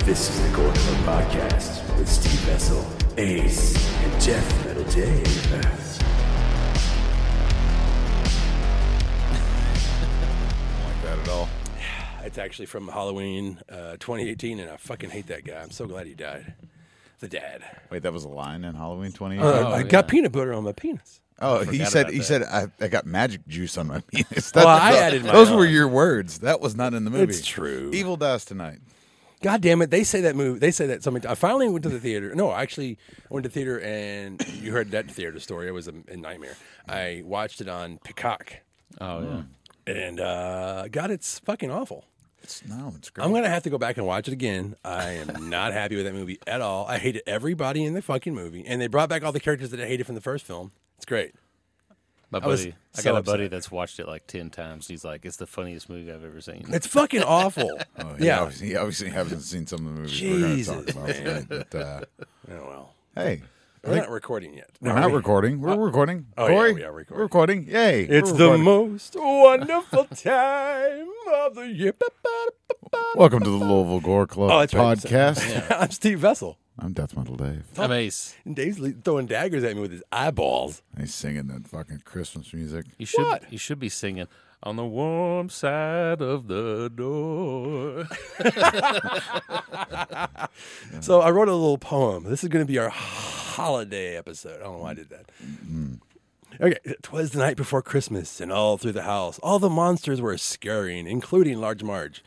This is the Gore Club Podcast with Steve Vessel, Ace, and Jeff Metal Dave. like that at all. It's actually from Halloween uh, 2018, and I fucking hate that guy. I'm so glad he died. The dad. Wait, that was a line in Halloween 20. Uh, I got peanut butter on my penis. oh, he forgot said about he that. said I, I got magic juice on my penis. Well, That's- I tho- added my those were own. your words. That was not in the movie. It's true. Evil dies tonight. God damn it! They say that movie. They say that something. I finally went to the theater. No, I actually went to theater, and you heard that theater story. It was a, a nightmare. I watched it on Peacock, Oh yeah. and uh, God, it's fucking awful. It's, no, it's great. I'm gonna have to go back and watch it again. I am not happy with that movie at all. I hated everybody in the fucking movie, and they brought back all the characters that I hated from the first film. It's great. My was buddy, I, so got a buddy upset. that's watched it like ten times. He's like, "It's the funniest movie I've ever seen." It's fucking awful. Oh, he yeah. obviously, he obviously hasn't seen some of the movies we're Jesus, going to talk about. tonight, But, uh, Oh, well, hey, we're not recording yet. we're Are not we? recording. We're recording. oh, yeah, Corey, we are recording. We're recording. Yay! It's we're the recording. most wonderful time of the year. Welcome to the Louisville Gore Club Oh, that's right. podcast. I'm Steve Vessel. I'm Death Metal Dave. I'm Ace. And Dave's le- throwing daggers at me with his eyeballs. He's singing that fucking Christmas music. You should What? you should be singing on the warm side of the door. So I wrote a little poem. This is going to be our holiday episode. I don't know why I did that. Okay, twas the night before Christmas, and all through the house, all the monsters were scurrying, including Large Marge.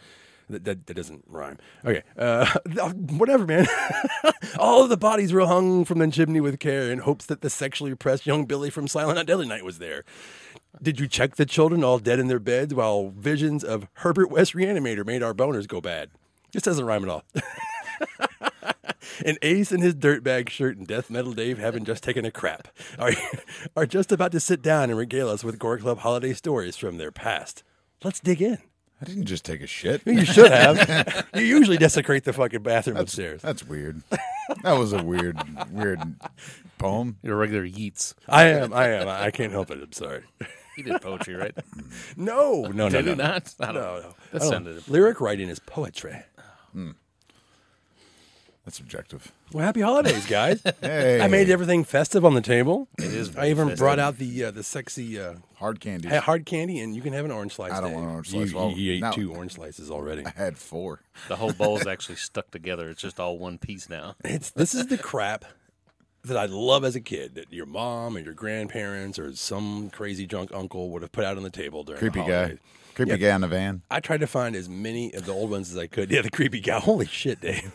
That, that, that doesn't rhyme. Okay, uh, whatever, man. all of the bodies were hung from the chimney with care in hopes that the sexually repressed young Billy from Silent Night Deadly Night was there. Did you check the children all dead in their beds while visions of Herbert West Reanimator made our boners go bad? This doesn't rhyme at all. An ace in his dirtbag shirt and Death Metal Dave having just taken a crap are, are just about to sit down and regale us with Gore Club holiday stories from their past. Let's dig in. I didn't just take a shit. You should have. you usually desecrate the fucking bathroom upstairs. That's weird. That was a weird, weird poem. Your regular Yeats. I am. I am. I can't help it. I'm sorry. He did poetry, right? No. No. No. did no, he no. not? I don't No. know. No. That I don't- sounded. Lyric writing is poetry. That's subjective. Well, happy holidays, guys. Hey, I made everything festive on the table. It is. I even very brought out the uh, the sexy uh, hard candy. ha- hard candy, and you can have an orange slice. I don't Dave. want an orange You- slice. Well, You, you ate no. two orange slices already. I had four. The whole bowl's actually stuck together. It's just all one piece now. It's this is the crap that I love as a kid that your mom or your grandparents or some crazy drunk uncle would have put out on the table during Creepy Oh, the guy. holidays. Creepy guy in the van. I tried to find as many of the old ones as I could. Yeah, the creepy guy. Holy shit, Dave.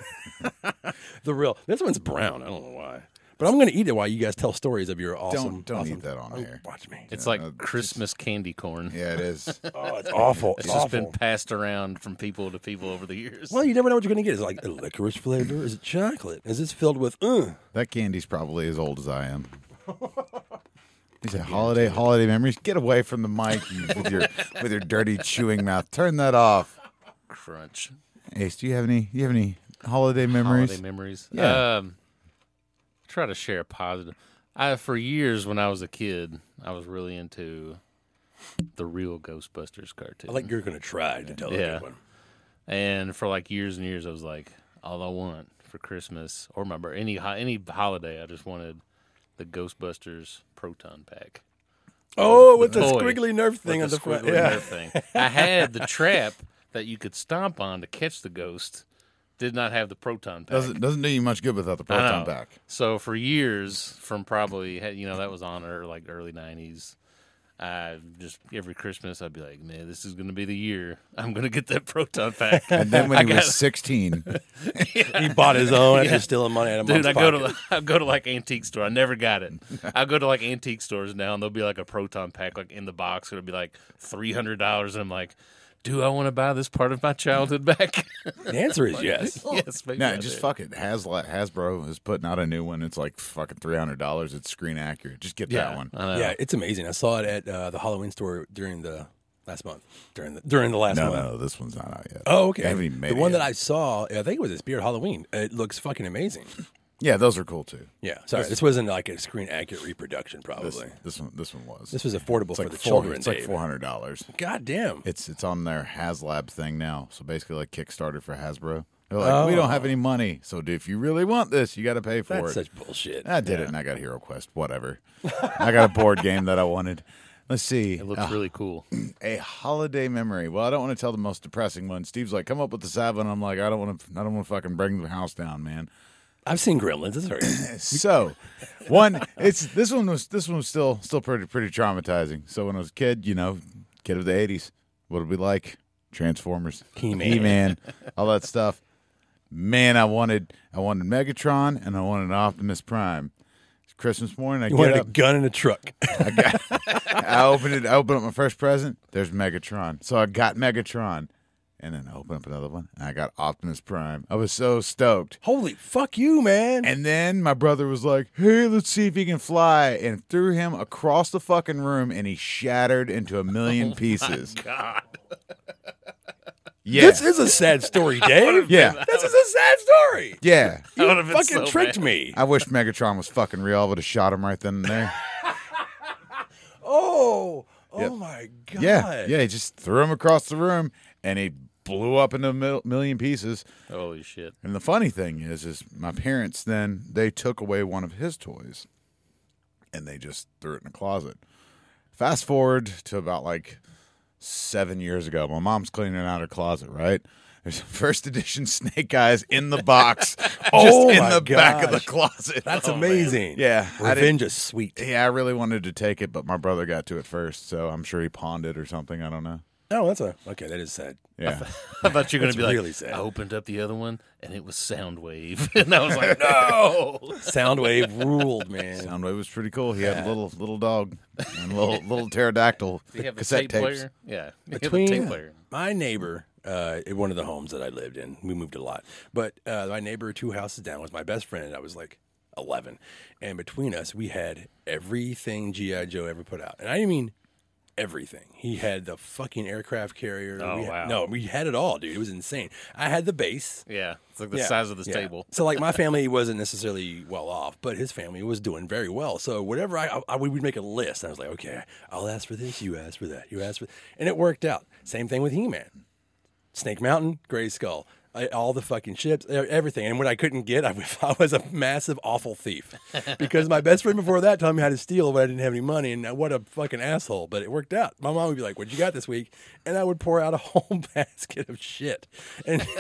the real. This one's brown. I don't know why. But I'm going to eat it while you guys tell stories of your awesome. don't awesome- eat that on Oh, air. Watch me. It's like Christmas candy corn. Yeah, it is. Oh, it's awful. It's It's just been awful. passed around from people to people over the years. Well, you never know what you're going to get. Is it like a licorice flavor? Is it chocolate? Is this filled with? Uh, that candy's probably as old as I am. He said, "Holiday, holiday memories. Get away from the mic you, with your with your dirty chewing mouth. Turn that off." Crunch. Ace, do you have any? You have any holiday memories? Holiday memories. Yeah. Um, try to share a positive. I for years when I was a kid, I was really into the real Ghostbusters cartoon. I like you're going to try to tell Yeah. everyone. and for like years and years, I was like, all I want for Christmas or my bir- any ho- any holiday, I just wanted the Ghostbusters proton pack. Oh, with the Toy. squiggly nerve thing on with the front. squiggly Yeah. nerve thing. I had the trap that you could stomp on to catch the ghost. Did not have the proton pack. Doesn't doesn't do you much good without the I proton know. pack. So for years, from probably you know that was on or like early '90s. I just every Christmas I'd be like, man, this is gonna be the year I'm gonna get that proton pack. And then when I he got- was sixteen, He bought his own after stealing money out of Dude, mom's I go to pocket. the, I go to like antique store. I never got it. I go to like antique stores now, and there'll be like a proton pack like in the box. It'll be like three hundred dollars, and I'm like, do I want to buy this part of my childhood back? The answer is yes. yes, maybe. No, I just do. fuck it. Hasla Hasbro is putting out a new one. It's like fucking three hundred dollars. It's screen accurate. Just get Yeah, that one. I know. Yeah, it's amazing. I saw it at uh, the Halloween store during the last month. During the during the last No, month. no, this one's not out yet. Oh, okay. They haven't even made the it one yet. that I saw, I think it was a Spirit Halloween. It looks fucking amazing. yeah, those are cool too. Yeah. Sorry, this wasn't like a screen accurate reproduction, This, probably. this one, this one was. This was affordable it's for like the four- children. It's like Dave. four hundred dollars. God damn. It's it's on their HasLab thing now. So basically, like Kickstarter for Hasbro. They're like, we don't have any money, so if you really want this, you got to pay for Oh. That's it. such bullshit. I did it, and I got Hero Quest. Whatever. I got a board game that I wanted. Let's see. It looks Uh, Ah. really cool. a holiday memory. Well, I don't want to tell the most depressing one. Steve's like, "Come up with the seven. I'm like, "I don't want to. I don't want to fucking bring the house down, man." I've seen Gremlins. It's all right. So, one, it's this one was this one was still still pretty pretty traumatizing. So when I was a kid, you know, kid of the '80s, what did we like? Transformers, He-Man. He-Man, all that stuff. Man, I wanted I wanted Megatron and I wanted Optimus Prime. It's Christmas morning, I You get wanted a up. gun and a truck. I opened it. I opened up my first present. There's Megatron. So I got Megatron, and then I opened up another one, and I got Optimus Prime. I was so stoked. Holy fuck you, man. And then my brother was like, "Hey, let's see if he can fly," and threw him across the fucking room, and he shattered into a Oh million pieces. God. Yeah, This is a sad story, Dave. yeah, This is a sad story. yeah. You would've been fucking so tricked mad. me. I wish Megatron was fucking real. I would have shot him right then and there. Oh, oh Yep. my god. Yeah, yeah. He just threw him across the room, and he blew up into a mil- million pieces. Holy shit. And the funny thing is, is my parents then they took away one of his toys, and they just threw it in a closet. Fast forward to about like seven years ago, my mom's cleaning out her closet. Right, there's a first edition Snake Eyes in the box, just Oh in my the back of the gosh. closet. That's Oh, man. amazing. yeah, I didn't- Revenge is sweet. yeah, I really wanted to take it, but my brother got to it first, so I'm sure he pawned it or something. I don't know. Oh, that's a okay. That is sad. Yeah, I thought you were going That's to be like, really sad. I opened up the other one and it was Soundwave. And I was like, no. Soundwave ruled, man. Soundwave was pretty cool. He had a little little dog and a little little pterodactyl Do you have a cassette tape tapes. player? Yeah. You have a between tape player. my neighbor uh, in one of the homes that I lived in. We moved a lot, but uh, my neighbor two houses down was my best friend, and I was like eleven. And between us, we had everything GI Joe ever put out, and I mean everything. He had the fucking aircraft carrier. Oh, we had, wow. No, we had it all, dude. It was insane. I had the base. Yeah. It's like the Yeah, size of this yeah. table. So like my family wasn't necessarily well off, but his family was doing very well. So whatever I, I we would make a list. And I was like, okay, I'll ask for this, you ask for that, you ask for, and it worked out. Same thing with He Man, Snake Mountain, Gray Skull, I- all the fucking ships, e- everything. And when I couldn't get, I, was- I was a massive awful thief because my best friend before that taught me how to steal when I didn't have any money, and what a fucking asshole. But it worked out. My mom would be like, "What you got this week?" And I would pour out a whole basket of shit and.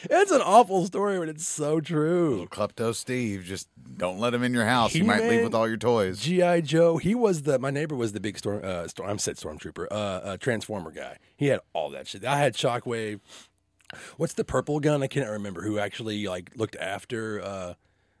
It's an awful story, but it's so true. Klepto Steve, just don't let him in your house. You might leave He-Man? with all your toys. GI Joe, he was the my neighbor was the big storm. Uh, storm I'm said stormtrooper, uh, uh, transformer guy. He had all that shit. I had Shockwave. What's the purple gun? I can't remember who actually like looked after uh,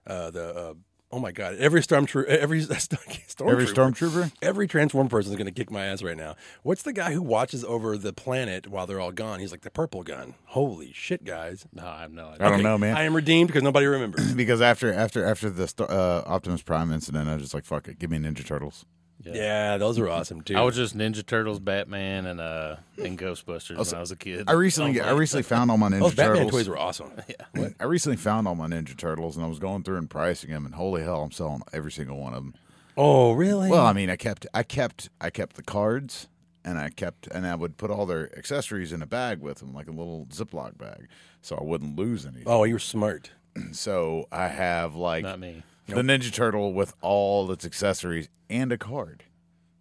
uh, the. Uh, oh my god! Every stormtrooper, every stormtrooper, Every stormtrooper? Every transform person is going to kick my ass right now. What's the guy who watches over the planet while they're all gone? He's like the purple gun. Holy shit, guys! No, I have no idea. I don't know, man. I am redeemed because nobody remembers. because after after after the sto- uh, Optimus Prime incident, I was just like, fuck it, give me Ninja Turtles. yeah, those were awesome too. I was just Ninja Turtles, Batman, and uh and Ghostbusters when I was a kid. Oh, I recently I recently found all my Ninja Oh Those Batman Turtles. toys were awesome. I recently found all my Ninja Turtles, and I was going through and pricing them, and holy hell, I'm selling every single one of them. Oh, really? Well, I mean, I kept, I kept, I kept the cards, and I kept, and I would put all their accessories in a bag with them, like a little Ziploc bag, so I wouldn't lose anything. oh, you're smart. So I have like Not me. the Ninja Turtle with all its accessories and a card.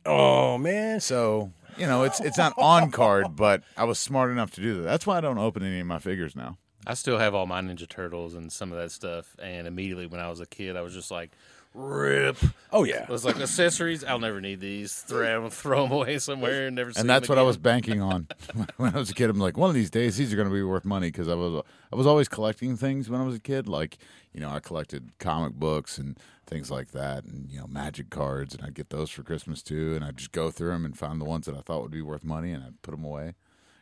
Oh man. So you know, it's it's not on card, but I was smart enough to do that. That's why I don't open any of my figures now. I still have all my Ninja Turtles and some of that stuff. And immediately when I was a kid, I was just like, rip. Oh yeah. I was like, accessories, I'll never need these. Throw, throw them away somewhere and never see And 'em that's what I again. was banking on when I was a kid. I'm like, one of these days these are going to be worth money because I was I was always collecting things when I was a kid. Like you know, I collected comic books and things like that, and you know, magic cards, and I'd get those for Christmas too. And I'd just go through them and find the ones that I thought would be worth money, and I'd put them away.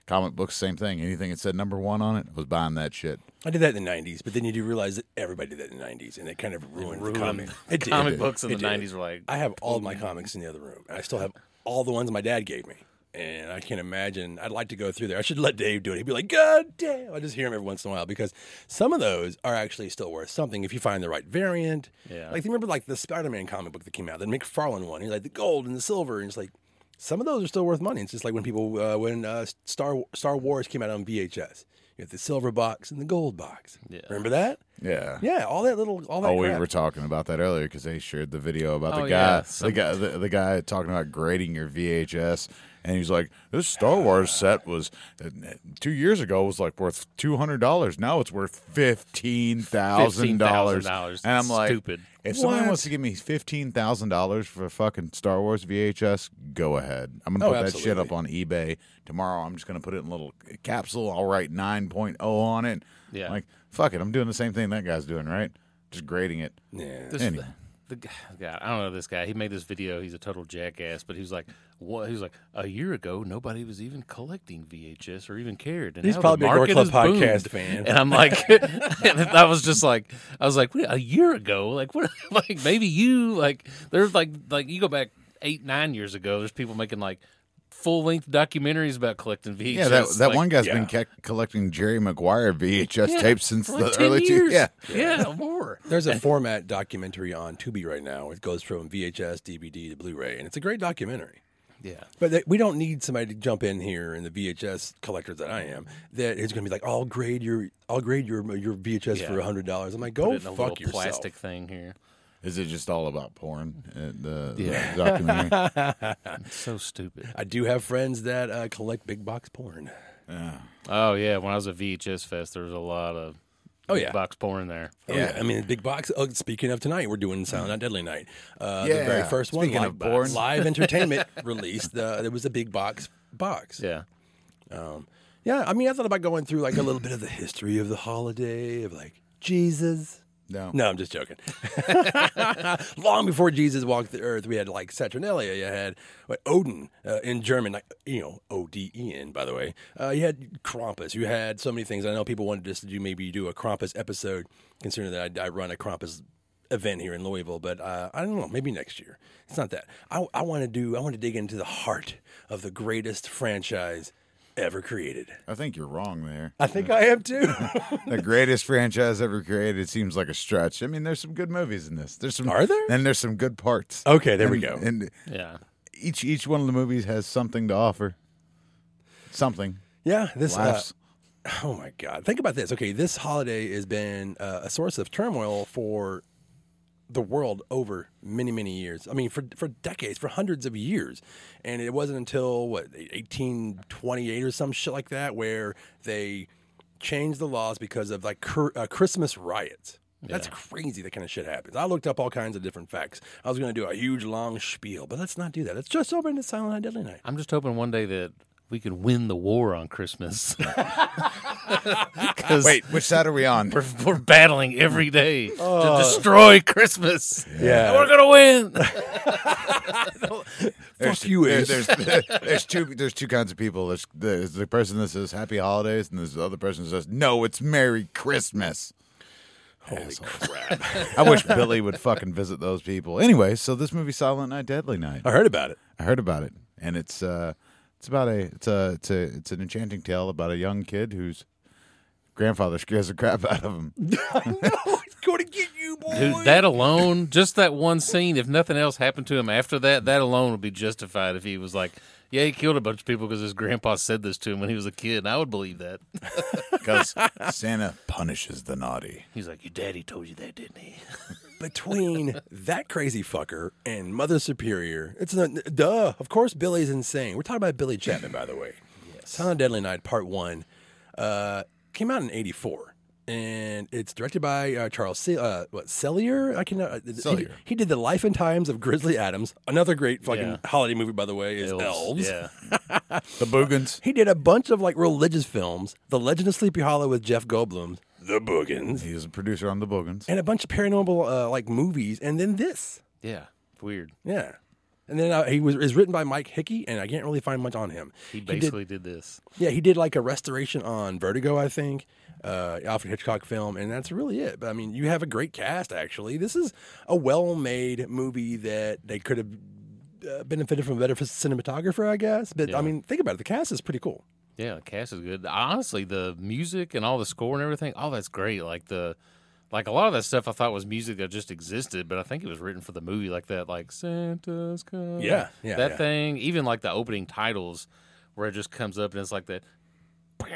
Comic books, same thing. Anything that said number one on it, I was buying that shit. I did that in the '90s, but then you do realize that everybody did that in the '90s, and it kind of ruined, the comic. It did. Comic books in It the did. 90s were like, I have all my comics in the other room. and I still have all the ones my dad gave me, and I can't imagine. I'd like to go through there. I should let Dave do it. He'd be like, "God damn!" I just hear him every once in a while because some of those are actually still worth something if you find the right variant. Yeah. Like remember, like the Spider-Man comic book that came out, the McFarlane one. He's like the gold and the silver, and it's like. Some of those are still worth money. It's just like when people uh, when uh, Star Star Wars came out on VHS. You had the silver box and the gold box. Yeah. Remember that? Yeah. Yeah, all that little all that. Oh, we crap. were talking about that earlier because they shared the video about Oh, the yeah. guy, the guy, the, the guy talking about grading your VHS, and he's like, "This Star Wars set was uh, two years ago was like worth two hundred dollars. Now it's worth fifteen thousand dollars." $15,000. And I'm like, Stupid. If someone What? wants to give me fifteen thousand dollars for a fucking Star Wars VHS, go ahead. I'm gonna Oh, put that shit absolutely. up on eBay tomorrow. I'm just gonna put it in a little capsule. I'll write 9.0 on it. Yeah. Like, fuck it. I'm doing the same thing that guy's doing, right? Just grading it. Yeah. This, Anyway. the, g God, I don't know this guy. He made this video. He's a total jackass. But he was like, what? He was like, a year ago, nobody was even collecting VHS or even cared. And He's now the probably a Gore market Club has boomed. podcast fan. And I'm like, and I was just like, I was like, "What, a year ago, like what? Like maybe you like there's like like you go back eight nine years ago. There's people making like full length documentaries about collecting VHS. Yeah, that, that like, one guy's yeah. been ke- collecting Jerry Maguire VHS yeah, tapes since for, like, the 10 early two. years. Yeah. yeah, more. There's a format documentary on Tubi right now. It goes from VHS, DVD to Blu-ray, and it's a great documentary. Yeah, But that, we don't need somebody to jump in here and the VHS collectors that I am that is going to be like, "I'll grade your, I'll grade your your VHS Yeah. for hundred dollars." I'm like, Put "Go it in a fuck little yourself." plastic thing here. Is it just all about porn? uh, The, the Yeah. documentary. So stupid. I do have friends that uh, collect big box porn. Oh yeah, when I was at VHS Fest, there was a lot of Oh, yeah. box porn there. Oh, yeah, I mean, big box. Oh, speaking of tonight, we're doing Mm-hmm. Sound Not Deadly Night. Uh, the Yeah, very first one, speaking live, of porn. live entertainment released. Uh, there was a big box box. Yeah, Yeah, I mean, I thought about going through like a little bit of the history of the holiday of like Jesus. no. No, I'm just joking. Long before Jesus walked the earth, we had like Saturnalia. You had what, Odin uh, in German, like you know O D E N. By the way, uh, you had Krampus. You had so many things. I know people wanted us to do maybe do a Krampus episode, considering that I, I run a Krampus event here in Louisville. But uh, I don't know. Maybe next year. It's not that. I, I want to do. I want to dig into the heart of the greatest franchise ever created. I think you're wrong there. I think I am too. the greatest franchise ever created seems like a stretch. I mean, there's some good movies in this. There's some Are there? And there's some good parts. okay, there and, we go. And yeah. each each one of the movies has something to offer. Something. Yeah, this. Uh, Laughs. Oh my God! Think about this. Okay, this holiday has been uh, a source of turmoil for the world over many, many years. I mean, for for decades, for hundreds of years, and it wasn't until what 1828 or some shit like that where they changed the laws because of like cur- uh, Christmas riots. That's crazy. That kind of shit happens. I looked up all kinds of different facts. I was going to do a huge long spiel, but let's not do that. Let's just open to Silent Night Deadly Night. I'm just hoping one day that we could win the war on Christmas. 'Cause Wait, which side are we on? we're, we're battling every day to destroy Christmas. Yeah. And we're gonna win. There's, Fuck you, there- Ace. there's, there's two there's two kinds of people. There's, there's the person that says Happy Holidays, and there's the other person that says No, it's Merry Christmas. Holy crap! I wish Billy would fucking visit those people. Anyway, so this movie Silent Night, Deadly Night. I heard about it. I heard about it, and it's uh, it's about a it's a it's a it's an enchanting tale about a young kid whose grandfather scares the crap out of him. no, it's going to get you, boy. Dude, that alone, just that one scene, if nothing else happened to him after that, that alone would be justified if he was like, yeah, he killed a bunch of people because his grandpa said this to him when he was a kid. And I would believe that. Because Santa punishes the naughty. He's like, your daddy told you that, didn't he? Between that crazy fucker and Mother Superior, it's not, duh. Of course, Billy's insane. We're talking about Billy Chapman, by the way. Yes. Silent Deadly Night Part One uh, came out in '84, and it's directed by uh, Charles Se- uh, what Sellier. I can uh, he- Sellier. He, did the Life and Times of Grizzly Adams. Another great fucking Yeah. holiday movie, by the way, is Elves. Yeah. The Boogans. He did a bunch of like religious films, The Legend of Sleepy Hollow with Jeff Goldblum, The Boogans, He was a producer on The Boogans. and a bunch of paranormal uh, like movies, and then this. Yeah. Weird. Yeah, and then uh, he was is written by Mike Hickey, and I can't really find much on him. He did- basically did, this. yeah, he did like a restoration on Vertigo, I think, uh, Alfred Hitchcock film, and that's really it. But I mean, you have a great cast. Actually, this is a well-made movie that they could have. Uh, benefited from a better cinematographer, I guess. But I mean, think about it. The cast is pretty cool. Yeah, Cass is good. Honestly, the music and all the score and everything, all that's great. Like the like a lot of that stuff I thought was music that just existed, but I think it was written for the movie, like that, like Santa's coming. Yeah, yeah, that yeah. thing. Even like the opening titles, where it just comes up and it's like that.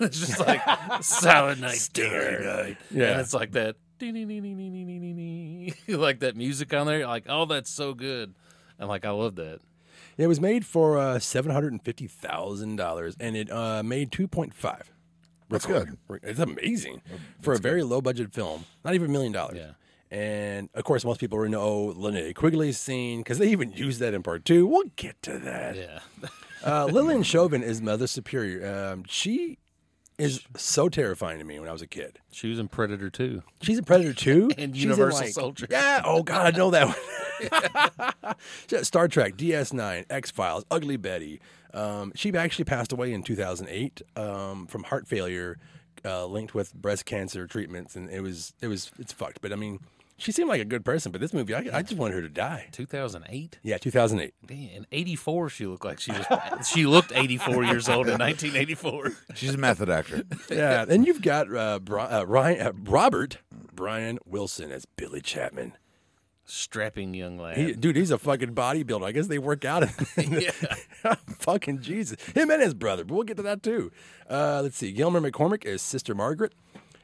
It's just like Silent Night Dinner. Yeah. and it's like that. like that music on there, like oh, that's so good, and like I love that. It was made for uh, seven hundred and fifty thousand dollars, and it uh, made two point five. That's good. It's amazing for a very low budget film, not even a million dollars. Yeah. And of course, most people already know Linnea Quigley's scene because they even used that in part two. We'll get to that. Yeah, Uh, Lillian Chauvin is Mother Superior. Um, she is so terrifying to me when I was a kid. she was in Predator too. She's in Predator 2 And She's in, Universal Soldier. Yeah. Oh, God, I know that one. Yeah, Star Trek, DS9, X Files, Ugly Betty. Um, she actually passed away in 2008 um, from heart failure uh, linked with breast cancer treatments. And it was, it was, it's fucked. But I mean, she seemed like a good person. But this movie, I, I just wanted her to die. 2008. Yeah, 2008. Damn, in 84 she looked like she was she looked 84 years old in 1984. She's a method actor. Yeah. Then you've got uh, Bri- uh, Ryan, uh, Robert Brian Wilson as Billy Chapman. Strapping young lad. He, dude, he's a fucking bodybuilder. I guess they work out. In fucking Jesus. Him and his brother, but we'll get to that too. Uh, let's see. Gilmer McCormick is Sister Margaret.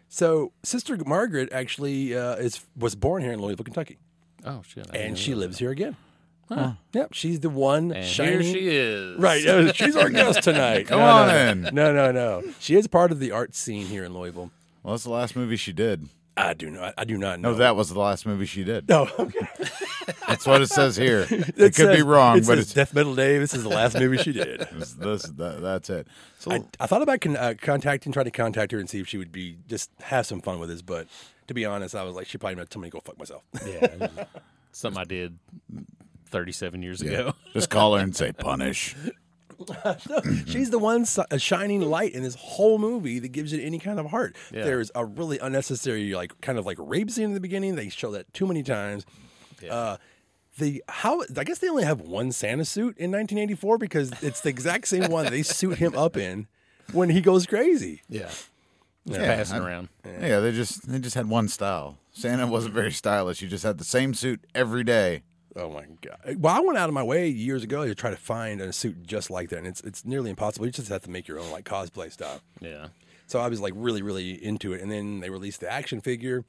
So Sister Margaret actually uh, is was born here in Louisville, Kentucky, oh shit. and I didn't she know lives here again. Yep, she's the one that. And shining. here she is. Right, uh, she's our guest tonight. Come No, no, on no. in. No, no, no. She is part of the art scene here in Louisville. Well, that's the last movie she did. I do not. I do not know No, Oh, that was the last movie she did. No, okay. That's what it says here. It, could says- be wrong, it but says it's Death Metal Dave. This is the last movie she did. it's this, that, that's it. So I, I thought about con- uh, contacting, trying to contact her and see if she would be just have some fun with us. But to be honest, I was like, she probably not tell me to go fuck myself. Yeah. Mm-hmm. it was Something I did 37 years ago. just call her and say punish. She's the one si- a shining light in this whole movie that gives it any kind of heart. Yeah. There's a really unnecessary, like kind of like rape scene in the beginning. They show that too many times. Uh, the how I guess they only have one Santa suit in 1984 because it's the exact same one they suit him up in when he goes crazy. Yeah. Yeah, Passing I- around. Yeah. they just they just had one style. Santa wasn't very stylish. You just had the same suit every day. Oh my god! Well, I went out of my way years ago to try to find a suit just like that, and it's it's nearly impossible. You just have to make your own like cosplay stuff. Yeah. So I was like really really into it, and then they released the action figure,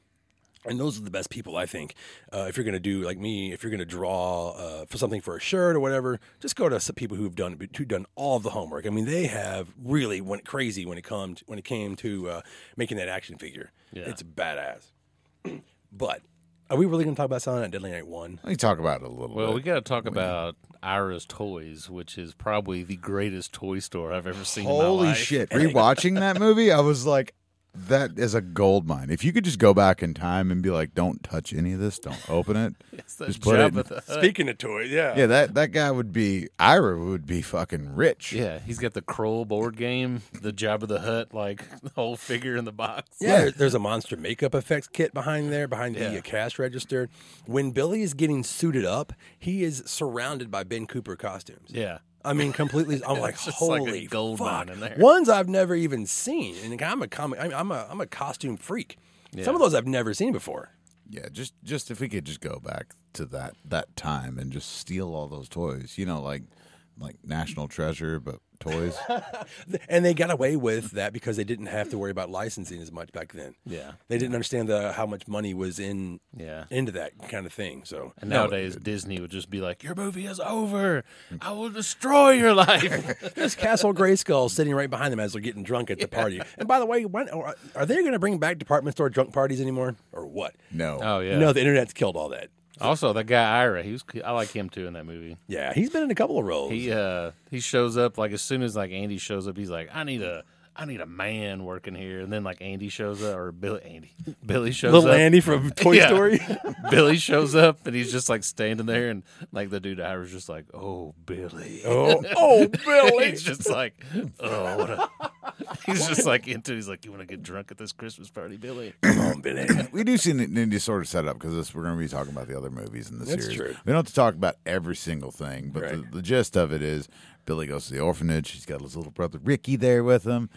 and those are the best people I think. Uh, if you're gonna do like me, if you're gonna draw uh, for something for a shirt or whatever, just go to some people who've done who done all the homework. I mean, they have really went crazy when it come when it came to uh, making that action figure. Yeah. It's badass. but are we really gonna talk about Silent Night Deadly Night One? Let me talk about it a little Well, we bit. got to talk about Ira's Toys, which is probably the greatest toy store I've ever seen in my Holy life. shit! Rewatching that movie, I was like, that is a gold mine. If you could just go back in time and be like, don't touch any of this, don't open it. It's that Just put it in- Jabba the Hutt. Speaking of toys, yeah. yeah, that that guy would be Ira would be fucking rich. Yeah, he's got the Kroll board game, the Jabba the Hutt, like whole figure in the box. Yeah, there- there's a monster makeup effects kit behind there, behind the Yeah. uh, cash register. When Billy is getting suited up, he is surrounded by Ben Cooper costumes. Yeah. I mean, completely. I'm like, just like a holy gold fuck! mine in there. Ones I've never even seen, and I'm a comic. I'm- I'm a I'm a costume freak. Some of those I've never seen before. Yeah, just just if we could just go back to that that time and just steal all those toys, you know, like like National Treasure, but toys. And they got away with that because they didn't have to worry about licensing as much back then. Yeah. They didn't understand the how much money was in Yeah. into that kind of thing. So And nowadays, Disney would just be like, "Your movie is over. I will destroy your life." There's Castle Grayskull sitting right behind them as they're getting drunk at the party. And by the way, when, are are they going to bring back department store drunk parties anymore, or what? No. oh yeah. No, the internet's killed all that. Also, that guy Ira, he was. I like him too in that movie. Yeah, he's been in a couple of roles. He uh he shows up like as soon as like Andy shows up, he's like, "I need a." I need a man working here, and then like Andy shows up, or Billy Andy, Billy shows Little up. Andy from Toy Yeah. Story. Billy shows up, and he's just like standing there, and like the dude Ira's just like, "Oh, Billy." oh, oh, Billy. he's just like, "Oh, what a." He's just like into. He's like, "You want to get drunk at this Christmas party, Billy?" Come on, Billy. We do see n- need to sort of set up because we're going to be talking about the other movies in the That's series. true. We don't have to talk about every single thing, but Right. the, the gist of it is Billy goes to the orphanage. He's got his little brother Ricky there with him,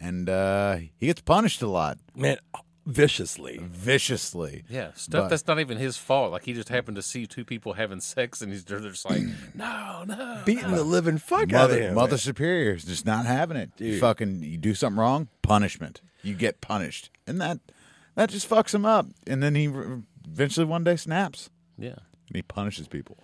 and uh, he gets punished a lot. Man, viciously. viciously. Yeah, stuff But- that's not even his fault. Like he just happened to see two people having sex, and he's they're just like, no, no. Beating the living fuck out of Mother, him. Mother Superior is just not having it. You Dude. fucking, you do something wrong, punishment. You get punished, and that that just fucks him up. And then he re- eventually one day snaps Yeah, and he punishes people.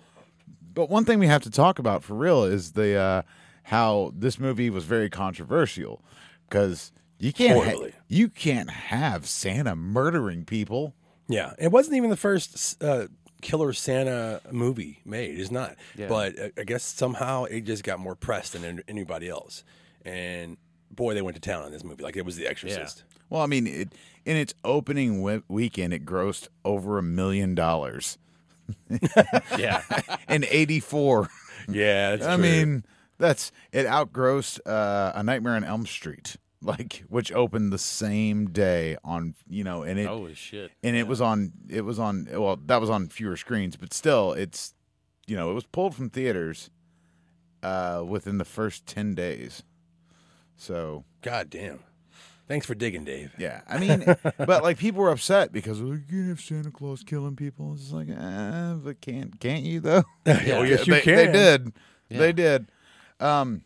But one thing we have to talk about for real is the uh, how this movie was very controversial because you can't ha- Horribly. you can't have Santa murdering people. Yeah, it wasn't even the first uh, Killer Santa movie made. It's not, Yeah. but uh, I guess somehow it just got more press than an- anybody else. And boy, they went to town on this movie. Like it was The Exorcist. Well, I mean, it in its opening we- weekend, it grossed over a million dollars yeah, in '84. Yeah, that's I true. mean, that's it outgrossed uh, a Nightmare on Elm Street, like which opened the same day on you know, and it holy shit. and it was on it was on well that was on fewer screens, but still it's you know it was pulled from theaters uh, within the first ten days. So God damn. Thanks for digging, Dave. yeah, I mean, but like people were upset because well, you can't have Santa Claus killing people. It's like, eh, but can't can't you though? Oh, yes, you they, can. They did. Yeah. They did. Um,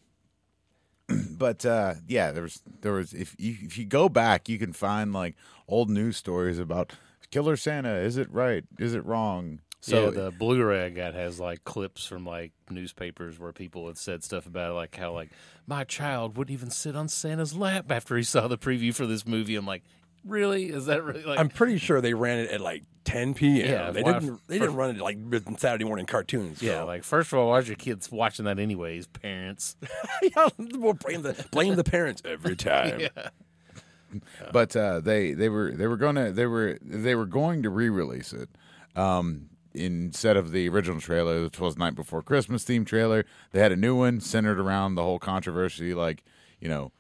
but uh, yeah, there was there was if you if you go back, you can find like old news stories about Killer Santa. Is it right? Is it wrong? So So the Blu-ray I got has like clips from like newspapers where people had said stuff about like how like my child wouldn't even sit on Santa's lap after he saw the preview for this movie. I'm like, really? Is that really like? I'm pretty sure they ran it at like 10 p.m. Yeah, they why- didn't. They didn't run it like with Saturday morning cartoons. yeah, so. like first of all, why is your kids watching that anyways, parents? Yeah, we'll blame the blame the parents every time. but uh, they they were they were gonna they were they were going to re-release it um, instead of the original trailer which was night before christmas theme trailer they had a new one centered around the whole controversy like you know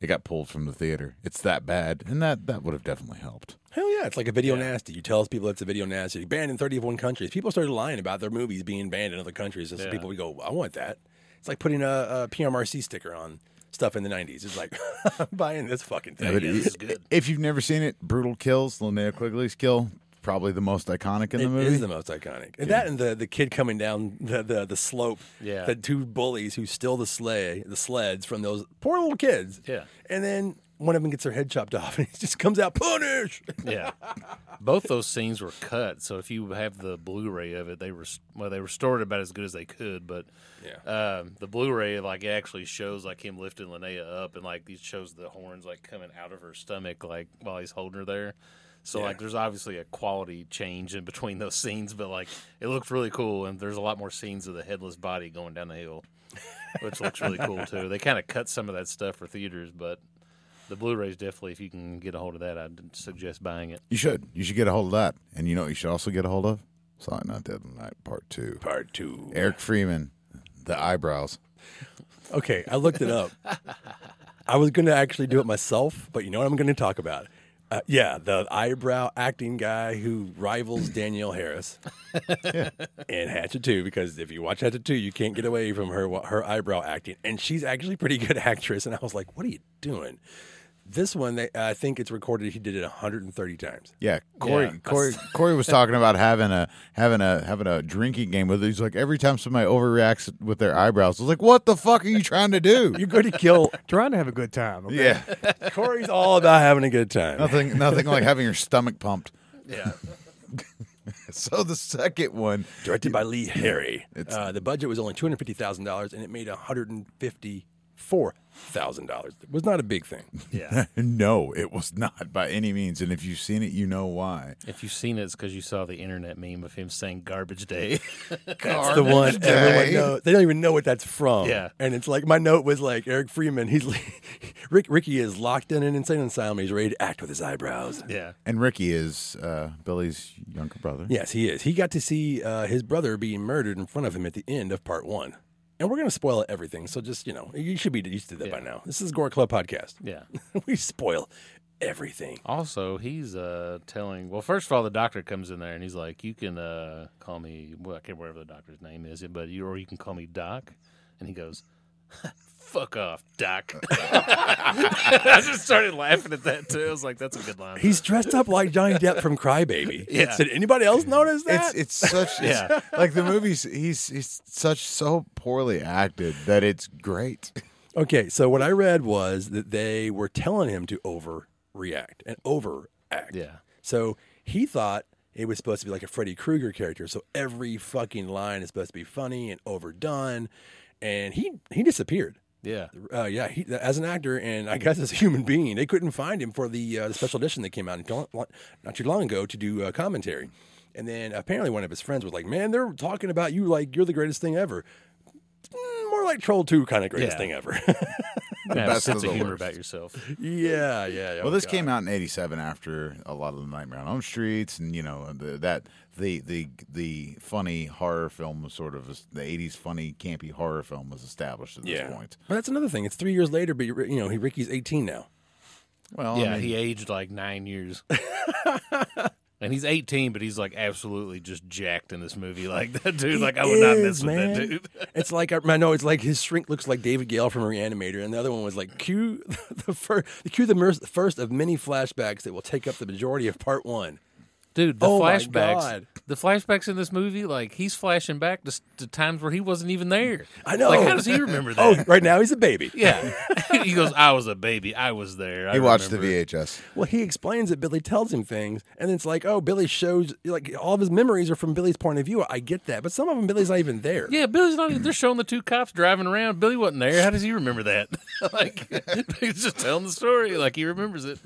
it got pulled from the theater it's that bad and that that would have definitely helped Hell yeah, it's like a video nasty. You tell people it's a video nasty. Banned in 31 countries. People started lying about their movies being banned in other countries. And so Yeah. people would go, I want that. It's like putting a, a PMRC sticker on stuff in the 90s. It's like, I'm buying this fucking thing. But this is good. if you've never seen it brutal kills linnea quigley's kill probably the most iconic in the It movie is the most iconic. And that and the, the kid coming down the, the, the slope. Yeah. The two bullies who steal the sleigh, the sleds from those poor little kids. Yeah. And then one of them gets their head chopped off and he just comes out, punish. Yeah, both those scenes were cut. So if you have the Blu-ray of it, they were well, they restored it about as good as they could. But Yeah. um, the Blu-ray like it actually shows like him lifting Linnea up, and like these shows the horns like coming out of her stomach like while he's holding her there. So Yeah. like there's obviously a quality change in between those scenes, but like it looks really cool, and there's a lot more scenes of the headless body going down the hill, which looks really cool too. They kind of cut some of that stuff for theaters, but. The Blu-rays definitely, if you can get a hold of that, I'd suggest buying it. you should you should get a hold of that and you know what you should also get a hold of Silent Night Deadly Night Part Two. Part two. Eric Freeman, the eyebrows. Okay, I looked it up. I was going to actually do it myself, but you know what I'm going to talk about? Uh, yeah, the eyebrow acting guy who rivals Danielle Harris in Hatchet 2, because if you watch Hatchet 2, you can't get away from her her eyebrow acting. And she's actually a pretty good actress. And I was like, what are you doing? This one, they, I think it's recorded, he did it 130 times. Yeah, Corey. Yeah. Corey. Corey was talking about having a having a having a drinking game with. He's like every time somebody overreacts with their eyebrows. I was like, what the fuck are you trying to do? You're going to kill. Trying to have a good time. Okay? yeah, Corey's all about having a good time. nothing nothing like having your stomach pumped. Yeah. So the second one, directed by Lee Harry. Uh, the budget was only two hundred fifty thousand dollars, and it made one hundred and fifty-four thousand dollars. It was not a big thing. Yeah. no, it was not by any means. And if you've seen it, you know why. If you've seen it, it's because you saw the internet meme of him saying garbage day. That's the one Day. everyone knows. They don't even know what that's from. Yeah. and it's like my note was like Eric Freeman. He's like, Rick, Ricky is locked in an insane asylum. He's ready to act with his eyebrows. yeah. And Ricky is uh, Billy's younger brother. Yes, he is. He got to see uh, his brother being murdered in front of him at the end of part one. And we're going to spoil everything. So just, you know, you should be used to that by Yeah. now. This is Gore Club Podcast. Yeah. we spoil everything. Also, he's uh, telling. Well, first of all, the doctor comes in there and he's like, "You can uh, call me. Well, I can't remember the doctor's name is, but you or you can call me Doc." And he goes, fuck off, Doc. I just started laughing at that too. I was like, that's a good line. He's dressed up like Johnny Depp from Crybaby. Yeah. Did anybody else notice that? It's it's such Yeah. yeah. Like the movie's he's he's such so poorly acted that it's great. Okay, so what I read was that they were telling him to overreact and overact. Yeah. So he thought it was supposed to be like a Freddy Krueger character. So every fucking line is supposed to be funny and overdone, and he he disappeared. yeah. Uh, yeah, he, as an actor and I guess as a human being, they couldn't find him for the, uh, the special edition that came out not too long ago to do uh, commentary. And then apparently one of his friends was like, "Man, they're talking about you like you're the greatest thing ever." Mm, More like Troll Two kind of greatest Yeah. thing ever. The best of sense the of humor worst. about yourself. Yeah, yeah. Oh, yeah. Well, this came out in '87 after a lot of the Nightmare on Elm Streets, and you know the, that the the the funny horror film was sort of the '80s funny campy horror film was established at this yeah. point. But that's another thing. It's three years later, but you know, he Ricky's eighteen now. Well, yeah, I mean, he aged like nine years. And he's 18, but he's like absolutely just jacked in this movie. Like that dude, like I would not mess Is, with that man. dude. It's like I, I know it's like his shrink looks like David Gale from Reanimator, and the other one was like cue the first, cue the mer- first of many flashbacks that will take up the majority of part one. Dude, the Oh my flashbacks, God. the flashbacks in this movie, like he's flashing back to, s- to times where he wasn't even there. I know. Like, how does he remember that? Oh, right now he's a baby. Yeah, he goes, "I was a baby. I was there. I he watched remember." the VHS. Well, he explains that Billy tells him things, and it's like, oh, Billy shows like all of his memories are from Billy's point of view. I get that, but some of them Billy's not even there. Yeah, Billy's not. even They're showing the two cops driving around. Billy wasn't there. How does he remember that? like he's just telling the story. Like he remembers it.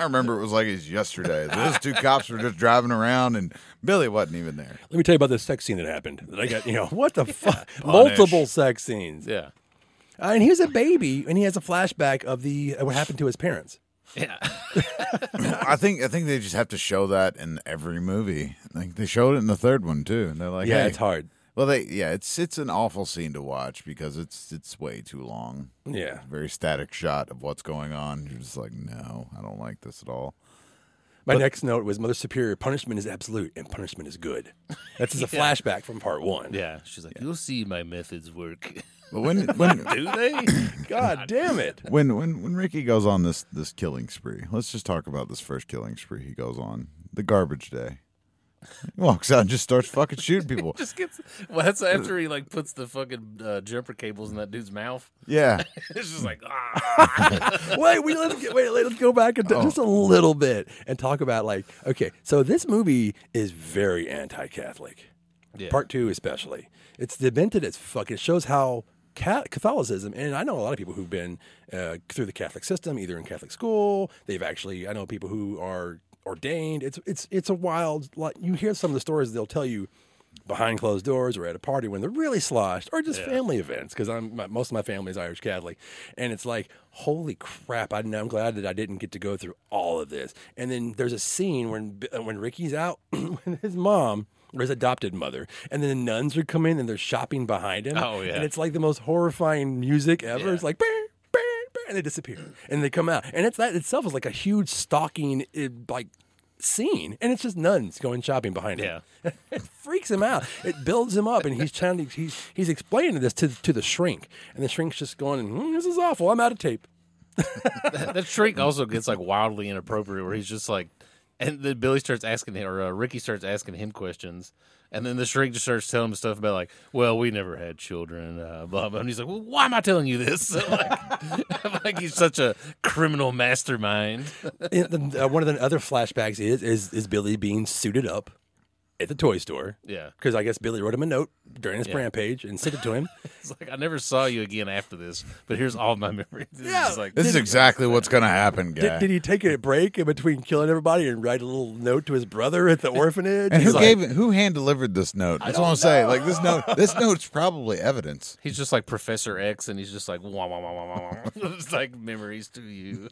I remember it was like it was yesterday. Those two cops were just driving around, and Billy wasn't even there. Let me tell you about this sex scene that happened. That I got, you know, what the fuck? Multiple sex scenes. Yeah, Uh, and he was a baby, and he has a flashback of the uh, what happened to his parents. yeah. I think I think they just have to show that in every movie. Like they showed it in the third one too, and they're like, Yeah, hey. it's hard. Well, they yeah, it's it's an awful scene to watch because it's it's way too long. Yeah. very static shot of what's going on. You're just like, no, I don't like this at all. My next note was Mother Superior. Punishment is absolute, and punishment is good. That's just a flashback from part one. Yeah, she's like, "You'll see my methods work." But when when Do they? God damn it! when when when Ricky goes on this this killing spree, let's just talk about this first killing spree he goes on. The garbage day. He walks out and just starts fucking shooting people. Just gets. Well, that's after he like puts the fucking uh, jumper cables in that dude's mouth. Yeah. It's just like ah. wait, we let's get, wait, let's go back and t- just a Oh. little bit and talk about like okay, so this movie is very anti-Catholic. Yeah. Part two, especially, it's demented as fuck. It shows how ca- Catholicism, and I know a lot of people who've been uh, through the Catholic system, either in Catholic school. They've actually, I know people who are ordained. It's it's it's a wild. Like, you hear some of the stories they'll tell you. Behind closed doors, or at a party when they're really sloshed, or just family events, because I'm my, most of my family is Irish Catholic, and it's like, holy crap! I, I'm glad that I didn't get to go through all of this. And then there's a scene when uh, when Ricky's out with his mom or his adopted mother, and then the nuns are coming and they're shopping behind him. Oh, yeah. and it's like the most horrifying music ever. Yeah. It's like. "Bah, bah, bah," And they disappear, and they come out, and it's that itself is like a huge stalking, eh, like scene, and it's just nuns going shopping behind him yeah. it freaks him out. It builds him up, and he's trying to he's he's explaining this to to the shrink, and the shrink's just going, mm, "This is awful. I'm out of tape." that shrink also gets like wildly inappropriate where he's just like and then billy starts asking him or uh, ricky starts asking him questions and then the shrink just starts telling him stuff about like well we never had children uh, blah blah and he's like well why am i telling you this like, like he's such a criminal mastermind And then, uh, one of the other flashbacks is is is Billy being suited up at the toy store yeah because I guess Billy wrote him a note during his rampage and sent it to him. it's like i never saw you again after this but here's all my memories It's Yeah. just like This is exactly what's gonna happen, guy. Did, did he take a break in between killing everybody and write a little note to his brother at the orphanage? and He's who like, gave it? Who hand delivered this note? That's all I'm saying. Like this note, this note's probably evidence. He's just like Professor X, and he's just like, wah, wah, wah, wah, wah, wah. it's like memories to you.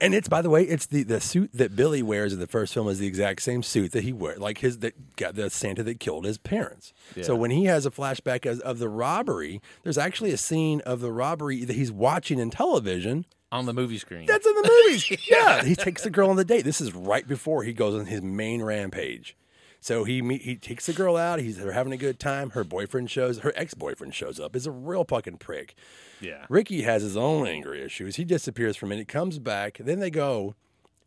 And it's by the way, it's the, the suit that Billy wears in the first film is the exact same suit that he wear, like his that got the Santa that killed his parents. So when he has a flashback as, of the robbery, there's actually a scene of the robbery that he's watching in television. On the movie screen. That's in the movies. yeah. he takes the girl on the date. This is right before he goes on his main rampage. So he meet, he takes the girl out. He's they're having a good time. Her boyfriend shows her ex boyfriend shows up. Is a real fucking prick. Yeah. Ricky has his own anger issues. He disappears for a minute, comes back. Then they go,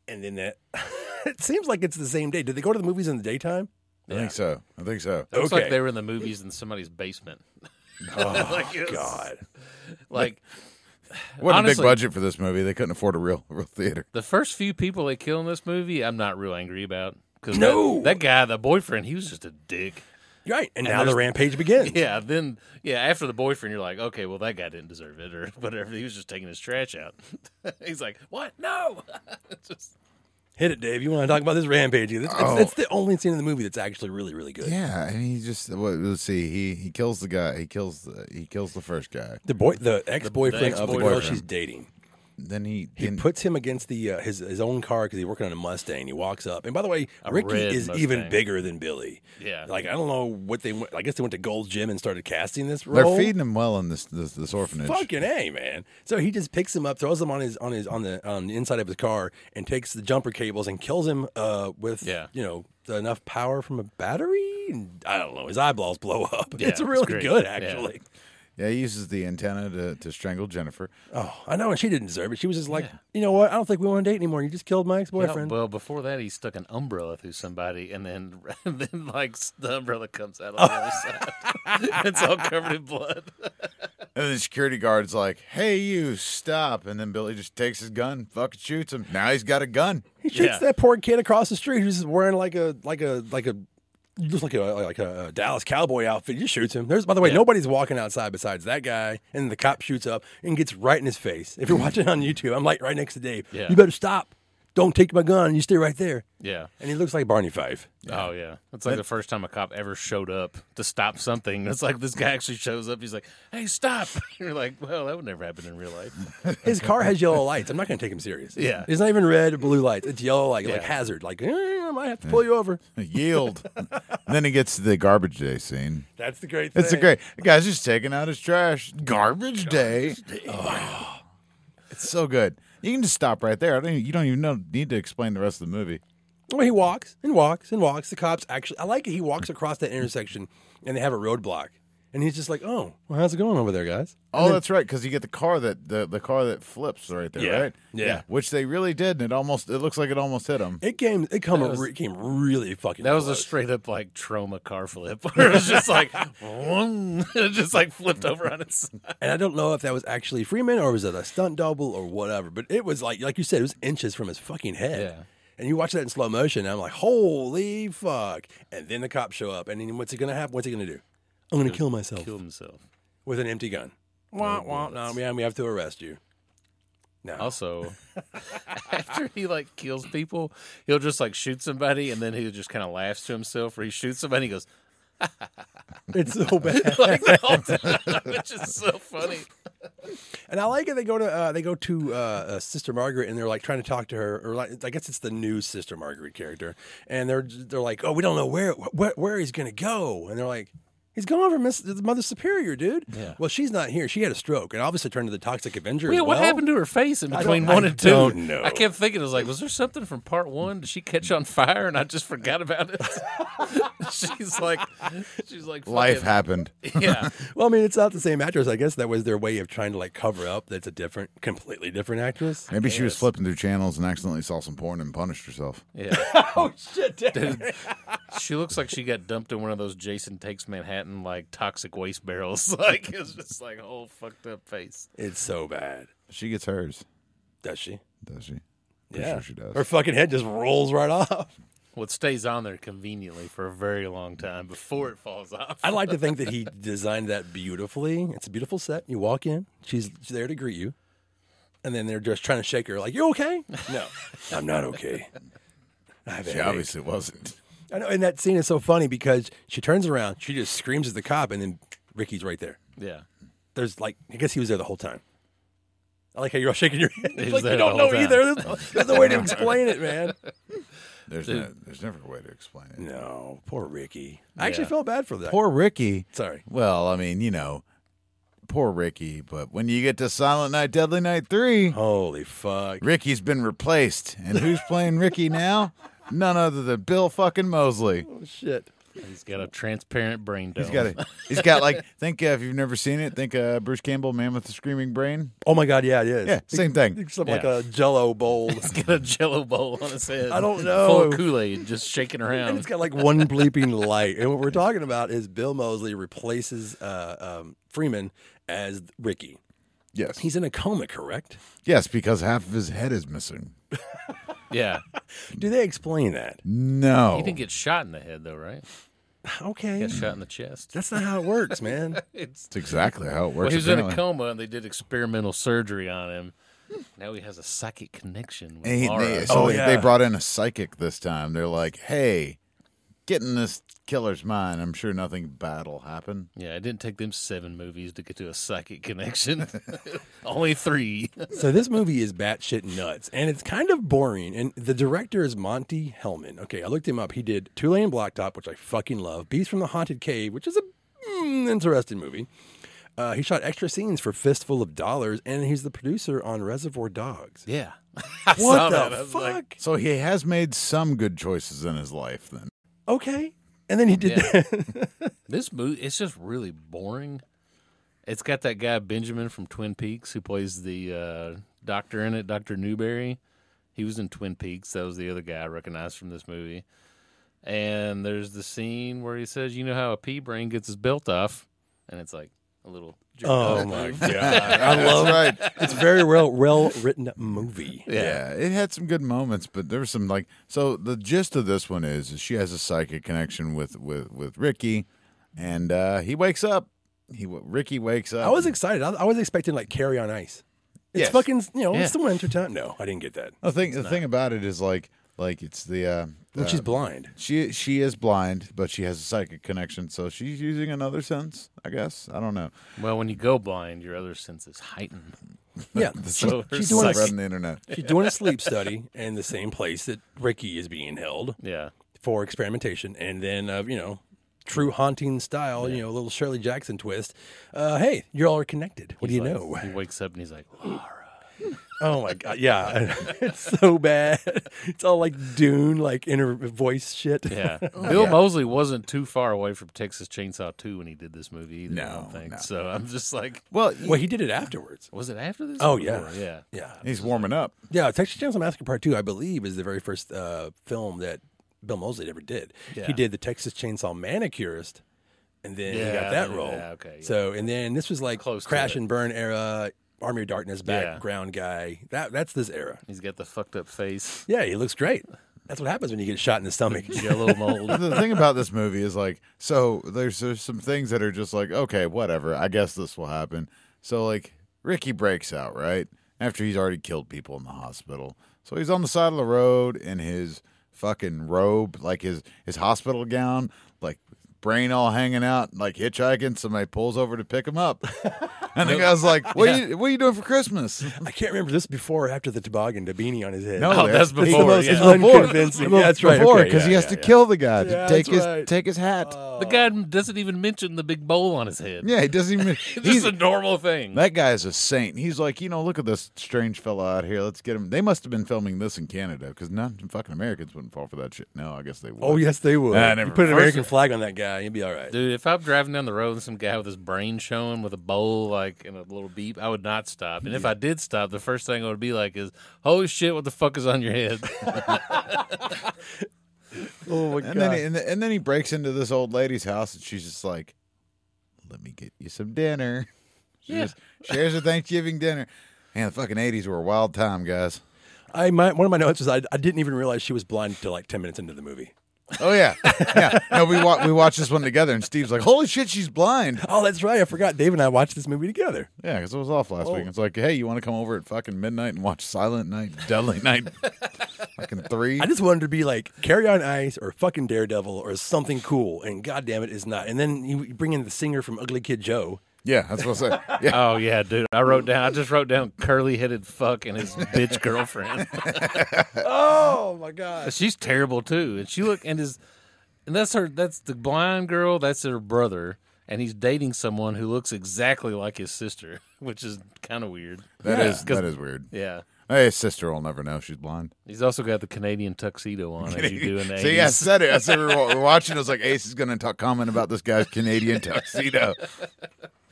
and then that. it seems like it's the same day. Did they go to the movies in the daytime? I think so. I think so. It looks Okay. like they were in the movies in somebody's basement. Oh Like, it's- God! Like What a big honestly- budget for this movie. They couldn't afford a real real theater. the first few people they kill in this movie, I'm not real angry about. Cause No! that, that guy, the boyfriend, he was just a dick. You're right. And, now the rampage begins. Yeah, then yeah, after the boyfriend, you're like, okay, well that guy didn't deserve it or whatever. He was just taking his trash out. He's like, what? No. It's just, Hit it, Dave. You want to talk about this rampage? It's, it's- Oh. it's the only scene in the movie that's actually really, really good. Yeah, and he just what, let's see. He he kills the guy. He kills the he kills the first guy. The boy, the ex boyfriend of the girl ex-boyfriend. she's dating. Then he He then- puts him against the uh, his his own car because he's working on a Mustang. He walks up, and by the way, A Ricky red is even Mustang. bigger than Billy. Yeah. like I don't know what they. went I guess they went to Gold Gym and started casting this they're role. feeding him well in this this, this orphanage. Fucking a man. So he just picks him up, throws him on his on his on the on the inside of his car, and takes the jumper cables and kills him uh, with Yeah. you know enough power from a battery. And I don't know. His eyeballs blow up. Yeah, it's it's really great. good Yeah. actually. Yeah, he uses the antenna to, to strangle Jennifer. Oh, I know, and she didn't deserve it. She was just like, you know what? I don't think we want to date anymore. You just killed my ex Yeah, boyfriend. well, before that, he stuck an umbrella through somebody, and then, and then like the umbrella comes out on the other side. it's all covered in blood. And the security guard's like, "Hey, you stop!" And then Billy just takes his gun, fucking shoots him. Now he's got a gun. He shoots Yeah. that poor kid across the street who's wearing like a like a like a just like a like a Dallas cowboy outfit. He just shoots him. There's by the way, Yeah. nobody's walking outside besides that guy. And the cop shoots up and gets right in his face. If you're watching on YouTube, I'm like right next to Dave. Yeah. You better stop. Don't take my gun. You stay right there. Yeah. And he looks like Barney Fife. Oh yeah, it's like the first time a cop ever showed up to stop something. It's like this guy actually shows up. He's like, "Hey, stop!" You're like, "Well, that would never happen in real life." His car has yellow lights. I'm not going to take him serious. Yeah. it's not even red or blue lights. It's yellow, like like Yeah. hazard. Like eh, I might have to pull you over. Yield. and then he gets to the garbage day scene. That's the great. thing. It's a great. The guy's just taking out his trash. Garbage, day. Oh. it's so good. You can just stop right there. I don't. Even, you don't even know, need to explain the rest of the movie. Well, he walks and walks and walks. The cops actually, I like it. He walks across that intersection and they have a roadblock. And he's just like, oh, well, how's it going over there, guys? Oh, that's right, because you get the car that the, the car that flips right there, Yeah. right? Yeah. Which they really did, and it almost it looks like it almost hit him. It came, it, come, was- it came really fucking That was a close. straight up like trauma car flip, where it was just like, "Vroom," it just like flipped over on its side. and I don't know if that was actually Freeman or was it a stunt double or whatever, but it was like, like you said, it was inches from his fucking head. Yeah. And you watch that in slow motion, and I'm like, holy fuck. And then the cops show up, and then what's it going to happen? What's he going to do? I'm going to kill myself. Killed himself. with an empty gun. Oh, Wah, wah, no, man, we have to arrest you. No. Also, after he like kills people, he'll just like shoot somebody, and then he just kind of laughs to himself, or he shoots somebody, and he goes it's so bad. like the whole time, which is so funny. And I like it. They go to uh, they go to uh, uh, Sister Margaret, and they're like trying to talk to her, or like I guess it's the new Sister Margaret character. And they're they're like, oh, we don't know where where, where he's gonna go. And they're like, he's gone for Miss the Mother Superior, dude. Yeah. Well, she's not here. She had a stroke, and obviously turned to the Toxic Avenger. Yeah, as what well. happened to her face in don't- between I one and two? don't know. I kept thinking, I was like, was there something from part one? Did she catch on fire and I just forgot about it? she's like, she's like, Life fucking- happened. Yeah, Well, I mean, it's not the same actress. I guess that was their way of trying to like cover up. That's a different, completely different actress. Maybe she was flipping through channels and accidentally saw some porn and punished herself. yeah. Oh shit, dude. She looks like she got dumped in one of those Jason Takes Manhattan like toxic waste barrels. Like it's just like a whole fucked up face. it's so bad. She gets hers, Does she? does she? Pretty sure she does. Her fucking head just rolls right off. Well, it stays on there conveniently for a very long time before it falls off. I like to think that he designed that beautifully. It's a beautiful set. You walk in, she's she's there to greet you, and then they're just trying to shake her, like, "You okay?" No, I'm not okay. I have a She headache." obviously wasn't. I know, and that scene is so funny because she turns around, she just screams at the cop, and then Ricky's right there. yeah. There's like, I guess he was there the whole time. I like how you're all shaking your head. was like you there the don't whole know time. either. There's no, there's no way to explain it, man. There's no, there's never a way to explain it. No, poor Ricky. I actually Yeah. felt bad for that. Poor Ricky. Sorry. Well, I mean, you know, poor Ricky. But when you get to Silent Night, Deadly Night three, Holy fuck. Ricky's been replaced, and who's playing Ricky now? none other than Bill fucking Mosley. Oh, shit. He's got a transparent brain dome. He's got a, he's got like think uh, if you've never seen it, think uh, Bruce Campbell, Man with the Screaming Brain. Oh my God, yeah, it is. Yeah, same thing. Except like Yeah. a jello bowl. He's got a jello bowl on his head. I don't Full of know. Kool Aid, just shaking and it's around. got like one bleeping light. And what we're talking about is Bill Mosley replaces uh, um, Freeman as Ricky. Yes, He's in a coma, correct? yes, because half of his head is missing. Yeah. Do they explain that? No, He didn't get shot in the head, though, right? He Okay. got shot in the chest. That's not how it works, man. It's, That's exactly how it works. well, he was in a apparently. coma and they did experimental surgery on him. Now he has a psychic connection with And he- Laura. they, so Oh, they, yeah. they brought in a psychic this time. They're like, "Hey, get in this killer's mind. I'm sure nothing bad will happen." Yeah, it didn't take them seven movies to get to a psychic connection. Only three. so this movie is batshit nuts, and it's kind of boring. And the director is Monty Hellman. Okay, I looked him up. He did Two Lane Blacktop, which I fucking love. Beast from the Haunted Cave, which is a mm, interesting movie. Uh, he shot extra scenes for Fistful of Dollars, and he's the producer on Reservoir Dogs. Yeah. I saw What that. I the was fuck? like, So he has made some good choices in his life. Then okay. And then he did Yeah. that. this movie, it's just really boring. It's got that guy Benjamin from Twin Peaks who plays the uh, doctor in it, Doctor Newberry. He was in Twin Peaks. That was the other guy I recognized from this movie. And there's the scene where he says, "You know how a pea brain gets his belt off," and it's like a little. jerked oh off my move. god! I love That's it. It's a very well well written movie. Yeah. it had some good moments, but there was some like so the gist of this one is, is she has a psychic connection with with with Ricky and uh he wakes up. He w- Ricky wakes up. I was excited. I, I was expecting like Carrie on Ice. It's Yes. fucking you know Yeah. it's the winter time. No, I didn't get that. the thing the thing about it is like like it's the uh, And uh, she's blind. she she is blind, but she has a psychic connection, so she's using another sense, I guess. I don't know. Well, when you go blind, your other senses heighten. Yeah, So her she's It's doing like a, read on the internet. she's doing a sleep study in the same place that Ricky is being held Yeah. for experimentation, and then uh, you know, true haunting style, you know, little Shirley Jackson twist. Uh, hey, you all are connected. What He's do you like- know? He wakes up and he's like, Oh my god, yeah, it's so bad. It's all like Dune, like inner voice shit. Yeah. Bill Mosley wasn't too far away from Texas Chainsaw 2 when he did this movie either, I No, don't think. no. So I'm just like, Well, Well, he did it afterwards. was it after this? Oh or yeah, before? Yeah. yeah, he's warming up. yeah. Texas Chainsaw Massacre Part Two, I believe, is the very first uh, film that Bill Mosley ever did. Yeah. He did the Texas Chainsaw Manicurist, and then he Yeah, got that yeah, role. okay, yeah. So, and then this was like Close to Crash it. and Burn era, Army of Darkness background guy. That that's this era. He's got the fucked up face, Yeah, he looks great. That's what happens when you get shot in the stomach. yellow mold. the thing about this movie is like so there's there's some things that are just like okay whatever i guess this will happen so like ricky breaks out right after he's already killed people in the hospital so he's on the side of the road in his fucking robe like his his hospital gown like brain all hanging out like hitchhiking somebody pulls over to pick him up and the guy's like what, are you, what are you doing for christmas I can't remember this before or after the toboggan, the beanie on his head. No, Oh, It's that's the before. most- yeah. it's Unconvincing. Yeah, that's right. before Okay, because yeah, he has yeah, to yeah. kill the guy to Yeah, take that's his right. Uh, take his hat the guy doesn't even mention the big bowl on his head. yeah he doesn't even It's he's just a normal thing. That guy is a saint. He's like, you know, look at this strange fella out here. Let's get him. They must have been filming this in Canada because none fucking Americans wouldn't fall for that shit. No, I guess they would. Oh yes, they would. Ah, never you put an mind. American flag on that guy, you'd be all right. Dude, if I'm driving down the road and some guy with his brain showing with a bowl like and a little beep, I would not stop. And if I did stop, the first thing I would be like is, "Holy shit, what the fuck is on your head?" Oh my And then, he, and, then- and then he breaks into this old lady's house and she's just like, let me get you some dinner. She Yeah. just shares a Thanksgiving dinner. Man, the fucking 80s were a wild time, guys. I my, one of my notes was I, I didn't even realize she was blind until like ten minutes into the movie. Oh, yeah. Yeah. No, we, wa- we watched this one together and Steve's like, holy shit, she's blind. Oh, that's right. I forgot. Dave and I watched this movie together. Yeah, because it was off Oh. last week. It's like, hey, you want to come over at fucking midnight and watch Silent Night, Deadly Night, fucking three? I just wanted to be like Carry On Ice or fucking Daredevil or something cool, and goddamn it, is not. And then you bring in the singer from Ugly Kid Joe. Yeah, that's what I say. Yeah. Oh yeah, dude. I wrote down. I just wrote down curly headed fuck and his bitch girlfriend. Oh my god. Uh, She's terrible too, and she look and is, and that's her. That's the blind girl. That's her brother, and he's dating someone who looks exactly like his sister, which is kind of weird. That is 'Cause- that is weird. Yeah, Hey, sister will never know she's blind. He's also got the Canadian tuxedo on, as you do in the See, 80s. I said it. I said we were we were watching. I was like, Ace is going to talk comment about this guy's Canadian tuxedo.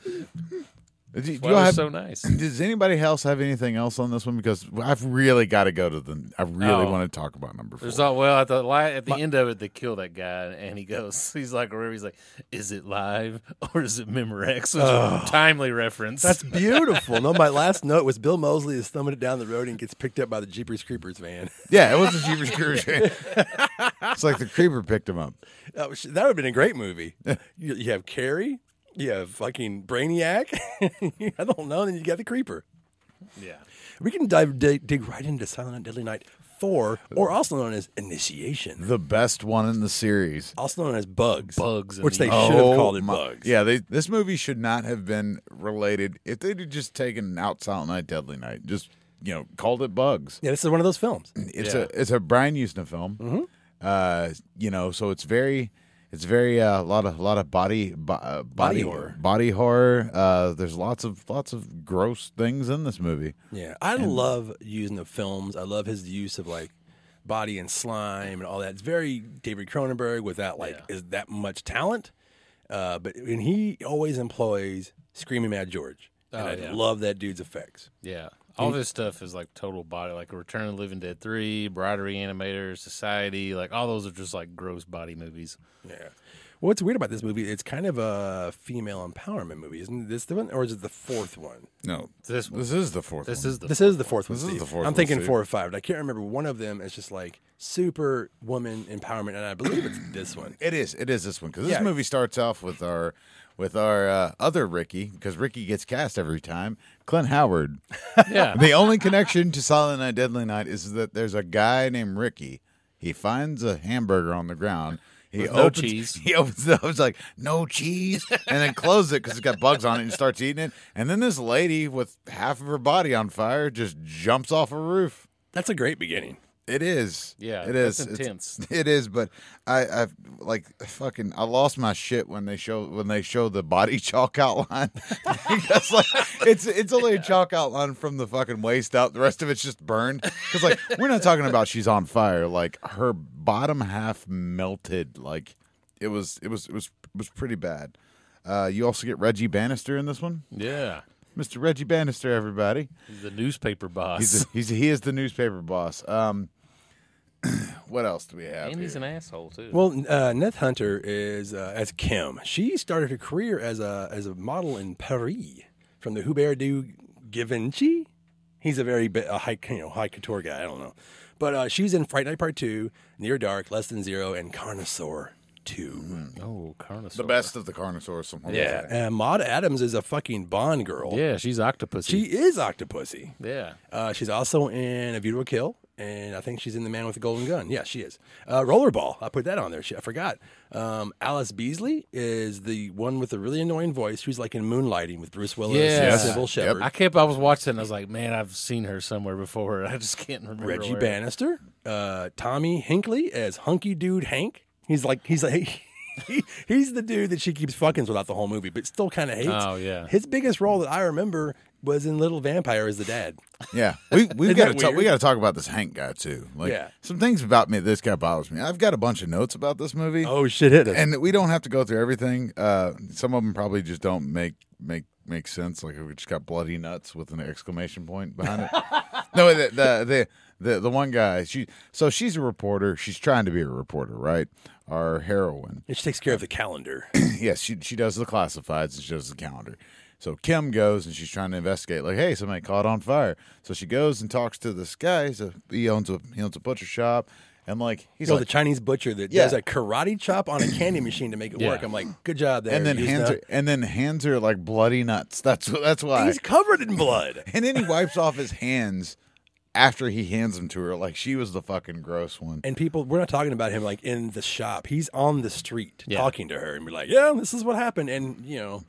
Do you- do Why you it was have- so nice. Does anybody else have anything else on this one? Because I've really got to go to the. I really Oh. want to talk about number four. There's all well at the li- at the end of it they kill that guy and he goes he's like wherever he's like is it live or is it Memorex? Which is a timely reference. That's beautiful. no, my last note was Bill Mosley is thumbing it down the road and gets picked up by the Jeepers Creepers van. yeah, it was the Jeepers Creepers. it's like the creeper picked him up. That, was, that would have been a great movie. you, you have Carrie, you have fucking Brainiac. I don't know. Then you got the Creeper. yeah. We can dive dig, dig right into Silent Night, Deadly Night Four, or also known as Initiation, The best one in the series. also known as Bugs, Bugs in which the- they should have Oh called it my- Bugs. Yeah, they, this movie should not have been related. If they'd have just taken out Silent Night, Deadly Night, just you know, called it Bugs. yeah. This is one of those films. It's Yeah. a it's a Brian Usna film. Mm-hmm. Uh, you know, so it's very it's very uh, a lot of a lot of body bo- uh, body, horror. body horror. Uh, there's lots of lots of gross things in this movie. Yeah, I love using the films. I love his use of like body and slime and all that. It's very David Cronenberg without like is that much talent. Uh, but and he always employs screaming Mad George, and Oh, I yeah. love that dude's effects. Yeah. All this stuff is like total body, like Return of the Living Dead 3, Bride Reanimator, Society. Like all those are just like gross body movies. Yeah. What's weird about this movie? It's kind of a female empowerment movie, isn't this the one, or is it the fourth one? No, This one. this is the fourth. This one. is the. This is the fourth one. This is Steve. the fourth I'm one, thinking Steve. four or five, and I can't remember. One of them is just like super woman empowerment, and I believe it's this one. It is. It is this one because this Yeah. movie starts off with our with our uh, other Ricky because Ricky gets cast every time. Clint Howard. yeah. the only connection to Silent Night Deadly Night is that there's a guy named Ricky. He finds a hamburger on the ground. He With opens, no cheese. He opens it up. It's like no cheese, and then closes it because it's got bugs on it and starts eating it. And then this lady with half of her body on fire just jumps off a roof. That's a great beginning. It is. Yeah, it is that's It's- intense. it is, but I, I like fucking. I lost my shit when they show when they show the body chalk outline. Because like it's it's only a chalk outline from the fucking waist up. The rest of it's just burned. Because like we're not talking about she's on fire. Like her bottom half melted. Like it was it was it was it was pretty bad. Uh, you also get Reggie Bannister in this one, Yeah. Mr. Reggie Bannister. Everybody. He's the newspaper boss. He's, he's he is the newspaper boss. Um, what else do we have? and he's here? an asshole, too. Well, uh, Neth Hunter is uh, as Kim. She started her career as a as a model in Paris from the Hubert du Givenchy. He's a very bi- a high you know high couture guy. I don't know, but uh, she was in Fright Night Part Two, Near Dark, Less Than Zero, and Carnosaur Two. oh, Carnosaur. the best of the Carnosaurus. I'm holding Yeah. And Maud Adams is a fucking Bond girl. Yeah, she's octopus. She is Octopussy. yeah. Uh, she's also in A View to a Kill, and I think she's in The Man with the Golden Gun. Yeah, she is. Uh, Rollerball, I put that on there. She, I forgot. Um, Alice Beasley is the one with the really annoying voice who's like in Moonlighting with Bruce Willis Yes. and Sybil Yep. Shepherd. I kept. I was watching. and I was like, man, I've seen her somewhere before. I just can't remember. Reggie where. Bannister, uh, Tommy Hinkley as Hunky Dude Hank. He's like he's like he, he's the dude that she keeps fucking without the whole movie, but still kind of hates. Oh, yeah. His biggest role that I remember was in Little Vampire as the dad. Yeah, we we've Isn't got to that talk. We weird? got to talk about this Hank guy too. Like Yeah. some things about me. This guy bothers me. I've got a bunch of notes about this movie, Oh shit! Hit us. and we don't have to go through everything. Uh, some of them probably just don't make make make sense. Like we just got bloody nuts with an exclamation point behind it. no, the the. the the, the one guy she so she's a reporter she's trying to be a reporter right our heroine And she takes care of the calendar. yes, she she does the classifieds and she does the calendar. So Kim goes and she's trying to investigate, like, hey, somebody caught on fire. So she goes and talks to this guy. He's a, he owns a he owns a butcher shop, and like he's you know, like, the Chinese butcher that Yeah. does a karate chop on a candy machine to make it work. Yeah. I'm like, good job there. and then Yuzna. hands her and then hands her like bloody nuts. That's what that's why. He's covered in blood. and then he wipes off his hands after he hands them to her, like she was the fucking gross one. And people, we're not talking about him like in the shop. He's on the street Yeah. talking to her and be like, yeah, this is what happened. And, you know,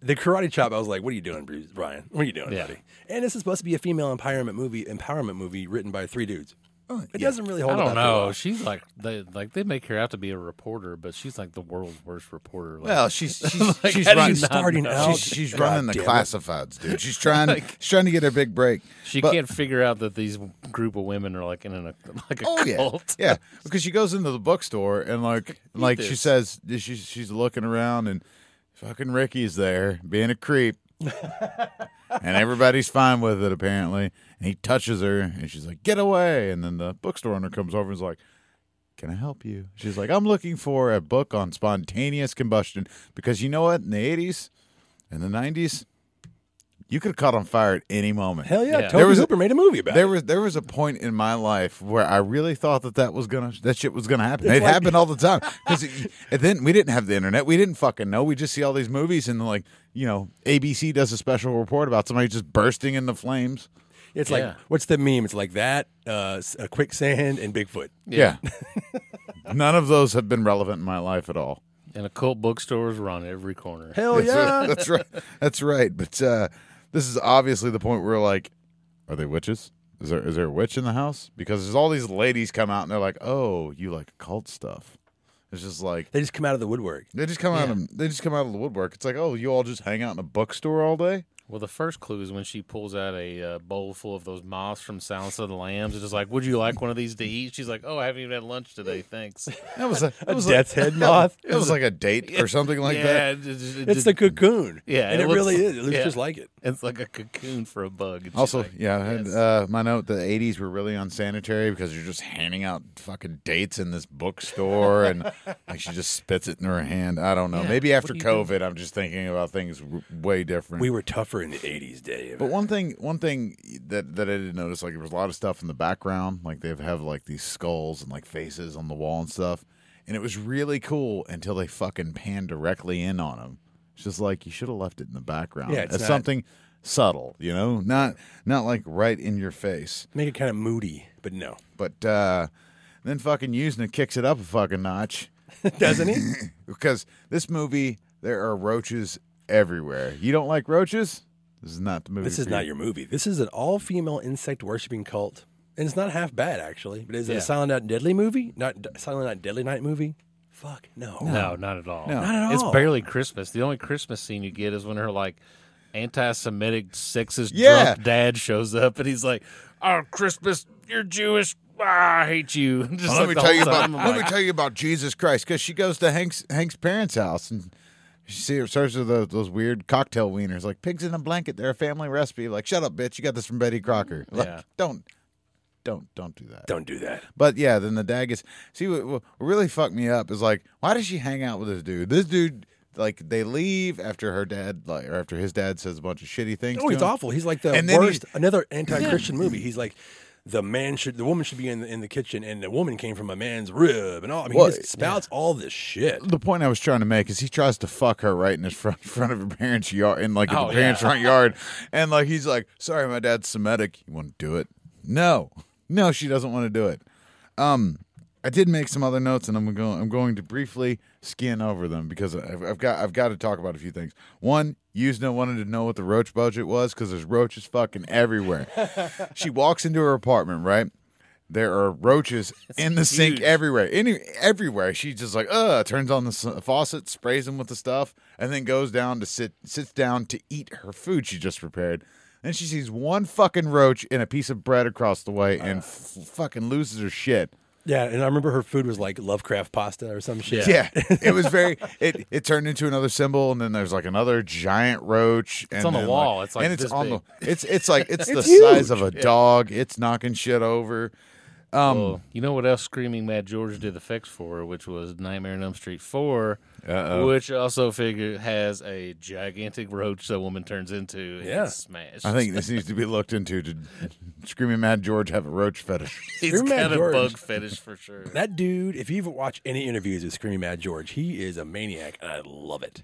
the karate chop, I was like, what are you doing, Bruce, Brian? What are you doing, Yeah. buddy? And this is supposed to be a female empowerment movie, empowerment movie written by three dudes. Oh, It yeah. doesn't really hold I up. don't after a know. while. She's like they like they make her out to be a reporter, but she's like the world's worst reporter. Like, Well, she's she's Like, she's how do you running not starting know? out. She's, she's God running the damn it. classifieds, dude. She's trying she's trying to get her big break. she but- can't figure out that these group of women are like in an like a Oh yeah, cult. yeah. Because she goes into the bookstore and like like she this. says she's she's looking around and fucking Ricky's there being a creep, and everybody's fine with it apparently. And he touches her and she's like, "Get away!" And then the bookstore owner comes over and is like. Can I help you? She's like, I'm looking for a book on spontaneous combustion because you know what? In the 80s and the 90s, you could have caught on fire at any moment. Hell yeah, Yeah. Toby There was a- Hooper made a movie about There it. was there was a point in my life where I really thought that that was gonna that shit was gonna happen. It like- happened all the time because then we didn't have the internet. We didn't fucking know. We just see all these movies and like you know ABC does a special report about somebody just bursting into flames. It's Yeah. like what's the meme? It's like that, uh, s- uh, quicksand, and Bigfoot. Yeah, none of those have been relevant in my life at all. And occult bookstores were on every corner. Hell Oh, yeah! That's right. That's right. But uh, this is obviously the point where like, are they witches? Is there is there a witch in the house? Because there's all these ladies come out and they're like, oh, you like occult stuff. It's just like. they just come out of the woodwork. They just come out of they just come out of the woodwork. It's like, oh, you all just hang out in a bookstore all day. Well, the first clue is when she pulls out a uh, bowl full of those moths from Silence of the Lambs. It's just like, would you like one of these to eat? She's like, oh, I haven't even had lunch today. Thanks. That was a, that was death's a, head moth? It was like a date or something like yeah, that. it- it- it- It's the cocoon. Yeah, and it it, looks- really is. It looks yeah. just like it. it's like a cocoon for a bug. And she's Also, like, yeah, I had, uh, my note: the '80s were really unsanitary because you're just handing out fucking dates in this bookstore, and like she just spits it in her hand. I don't know. Yeah, Maybe what after do you do? COVID, I'm just thinking about things w- way different. We were tougher in the '80s, Dave. But one thing, one thing that that I didn't notice, like there was a lot of stuff in the background, like they have like these skulls and like faces on the wall and stuff, and it was really cool until they fucking pan directly in on them. It's just like you should have left it in the background. Yeah, it's as not- something subtle, you know, not not like right in your face. Make it kind of moody, but no, But uh then fucking Usna kicks it up a fucking notch doesn't he? because this movie there are roaches everywhere. You don't like roaches? This is not the movie. This is for not you. your movie. This is an all-female insect worshiping cult, and it's not half bad actually. But is it Yeah. a Silent Night Deadly movie? Not D- Silent Night Deadly Night movie? Fuck no, No, not at all. No. not at all. It's barely Christmas. The only Christmas scene you get is when her like anti-Semitic, sexist, Yeah. drunk dad shows up, and he's like, "Oh, Christmas, you're Jewish. Ah, I hate you." Just Well, let like the me tell you whole about time, I'm let like, me tell you about Jesus Christ because she goes to Hank's Hank's parents' house and she see her serves her those, those weird cocktail wieners like pigs in a blanket. They're a family recipe. Like shut up, bitch! You got this from Betty Crocker. Like, Yeah. Don't don't don't do that. Don't do that. But yeah, then the dag is see what, what really fucked me up is like why does she hang out with this dude? This dude like they leave after her dad like or after his dad says a bunch of shitty things. Oh, to he's him. awful. He's like the And then worst. Another anti-Christian movie. He's like the man should, the woman should be in the, in the kitchen, and the woman came from a man's rib, and all. I mean, Well, he just spouts all this shit. the point I was trying to make is he tries to fuck her right in his front front of her parents' yard in like Oh, the parents' yeah. front yard, and like he's like, "Sorry, my dad's Semitic. You want to do it? No, no, she doesn't want to do it." Um, I did make some other notes, and I'm going I'm going to briefly skin over them because I've, I've got I've got to talk about a few things. One, Usna wanted to know what the roach budget was because there's roaches fucking everywhere. she walks into her apartment, right? There are roaches in the sink huge. everywhere. Any everywhere. She just like, uh, turns on the s- faucet, sprays them with the stuff, and then goes down to sit sits down to eat her food she just prepared. And she sees one fucking roach in a piece of bread across the way Uh. and f- fucking loses her shit. Yeah, and I remember her food was like Lovecraft pasta or some shit. Yeah. It was very it it turned into another symbol and then there's like another giant roach and on the then, wall. It's, like, and it's this on big. the it's it's like it's, the It's huge. size of a dog. It's knocking shit over. Well, you know what else Screaming Mad George did the effects for, which was Nightmare on Elm Street 4, which also figure has a gigantic roach that woman turns into and Yeah. gets smashed. I think this needs to be looked into. Did Screaming Mad George have a roach fetish? he's Screaming Mad got a George. bug fetish for sure. That dude, if you've watched any interviews with Screaming Mad George, he is a maniac, and I love it.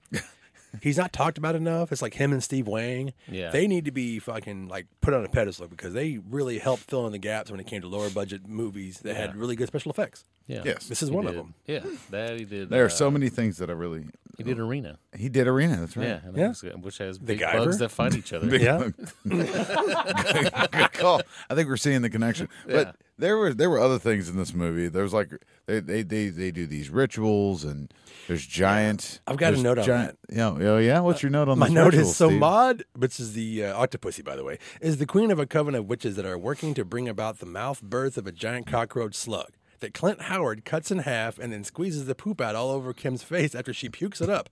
He's not talked about enough. It's like him and Steve Wang. Yeah. They need to be fucking like put on a pedestal because they really helped fill in the gaps when it came to lower budget movies that had really good special effects. yeah. Yes. This is He one of did. them. Yeah, that he did. There uh, are so many things that I really. He did Arena. He did Arena. That's right. Yeah, and Yeah. that was good, which has big Guyver. bugs that fight each other. Yeah. Good call. I think we're seeing the connection. But there were there were other things in this movie. There's like they they they, they do these rituals and there's giant. I've got a there's note on Uh, giant, Yeah, yeah, yeah. What's your note on My this note ritual, is so Steve? Maud, which is the uh, octopussy, by the way, is the queen of a coven of witches that are working to bring about the mouth birth of a giant cockroach slug that Clint Howard cuts in half and then squeezes the poop out all over Kim's face after she pukes it up.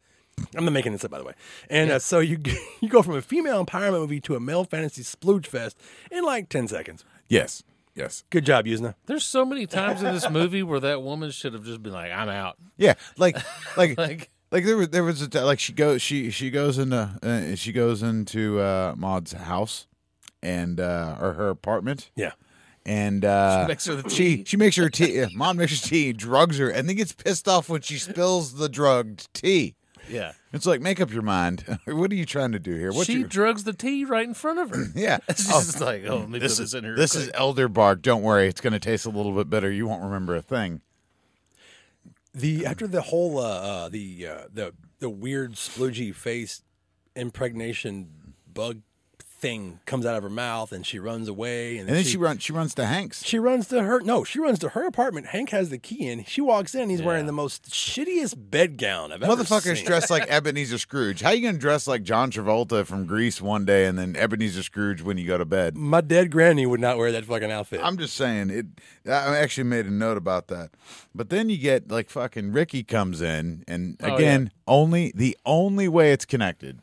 I'm not making this up, by the way. And uh, so you g- you go from a female empowerment movie to a male fantasy splooge fest in like ten seconds. Yes, yes, Good job, Yuzna. There's so many times in this movie where that woman should have just been like, "I'm out." yeah. Like like Like, like there was there was a t- like she goes she she goes into uh, she goes into uh, Maud's house and uh, or her apartment Yeah. and uh, makes her the she tea. she makes her tea. uh, Maud makes her tea, drugs her, and then gets pissed off when she spills the drugged tea. yeah, It's like make up your mind. what are you trying to do here? What she you drugs the tea right in front of her. yeah. It's just like, oh, let me This put is this in here. this is elder bark. Don't worry, it's going to taste a little bit better. You won't remember a thing. The after the whole uh, uh, the uh, the the weird sploogey face impregnation bug thing comes out of her mouth and she runs away and, And then she, runs she runs to Hanks. she runs to her no she runs to her apartment. Hank has the key in. She walks in. He's wearing the most shittiest bedgown I've ever Motherfucker's seen. dressed like Ebenezer Scrooge. How you going to dress like John Travolta from Grease one day and then Ebenezer Scrooge when you go to bed? My dead granny would not wear that fucking outfit. I'm just saying it. I actually made a note about that. But then you get like fucking Ricky comes in, and Oh, again, only the only way it's connected.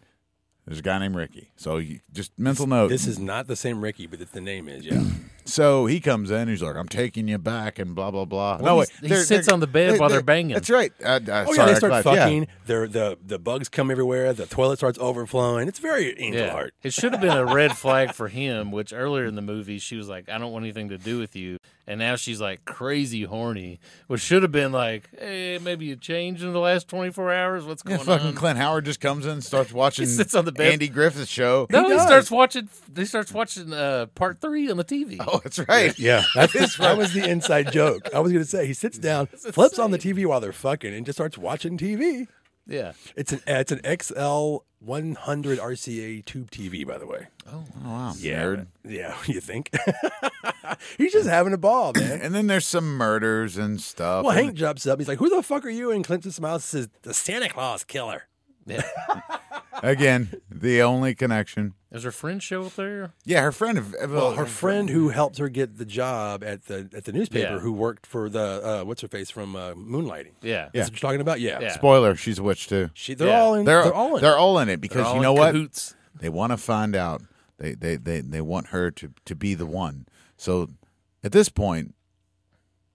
There's a guy named Ricky. So you, just mental note. this is not the same Ricky, but it's the name is yeah. Mm. so he comes in. He's like, "I'm taking you back," and blah blah blah. no, wait. he's- he sits on the bed while they're banging. That's right. Uh, uh, Oh sorry, yeah, I they start clapped. Yeah. fucking. They're, the the bugs come everywhere. The toilet starts overflowing. It's very angel yeah. heart. It should have been a red flag for him, which earlier in the movie she was like, "I don't want anything to do with you," and now she's like crazy horny, which should have been like, "Hey, maybe you changed in the last 24 hours. What's Yeah, going fucking on?" Clint Howard just comes in, and starts watching um, sits on the bed. Andy Griffith show. no, he, does. starts watching. He starts watching uh, part three on the TV. Oh, that's right. Yeah, that's that was the inside joke. I was going to say he sits down, flips on the TV while they're fucking, and just starts watching TV. Yeah, It's an it's an XL 100 RCA tube TV, by the way. Oh, wow, nerd. yeah. You think he's just having a ball, man? And then there's some murders and stuff. Well, and Hank jumps up. He's like, "Who the fuck are you?" And Clinton smiles. and Says, "The Santa Claus killer." yeah. Again, the only connection. Does her friend show up there? Yeah, her friend. of- of- Well, her friend who helped her get the job at the at the newspaper, Yeah. who worked for the uh, what's her face from uh, Moonlighting. Yeah. That's what you're talking about. Yeah, Yeah. Spoiler: She's a witch too. She, they're Yeah. all in. They're, They're all in. They're all in it because They're all you in know what? cahoots. They want to find out. They they they they want her to to be the one. So at this point.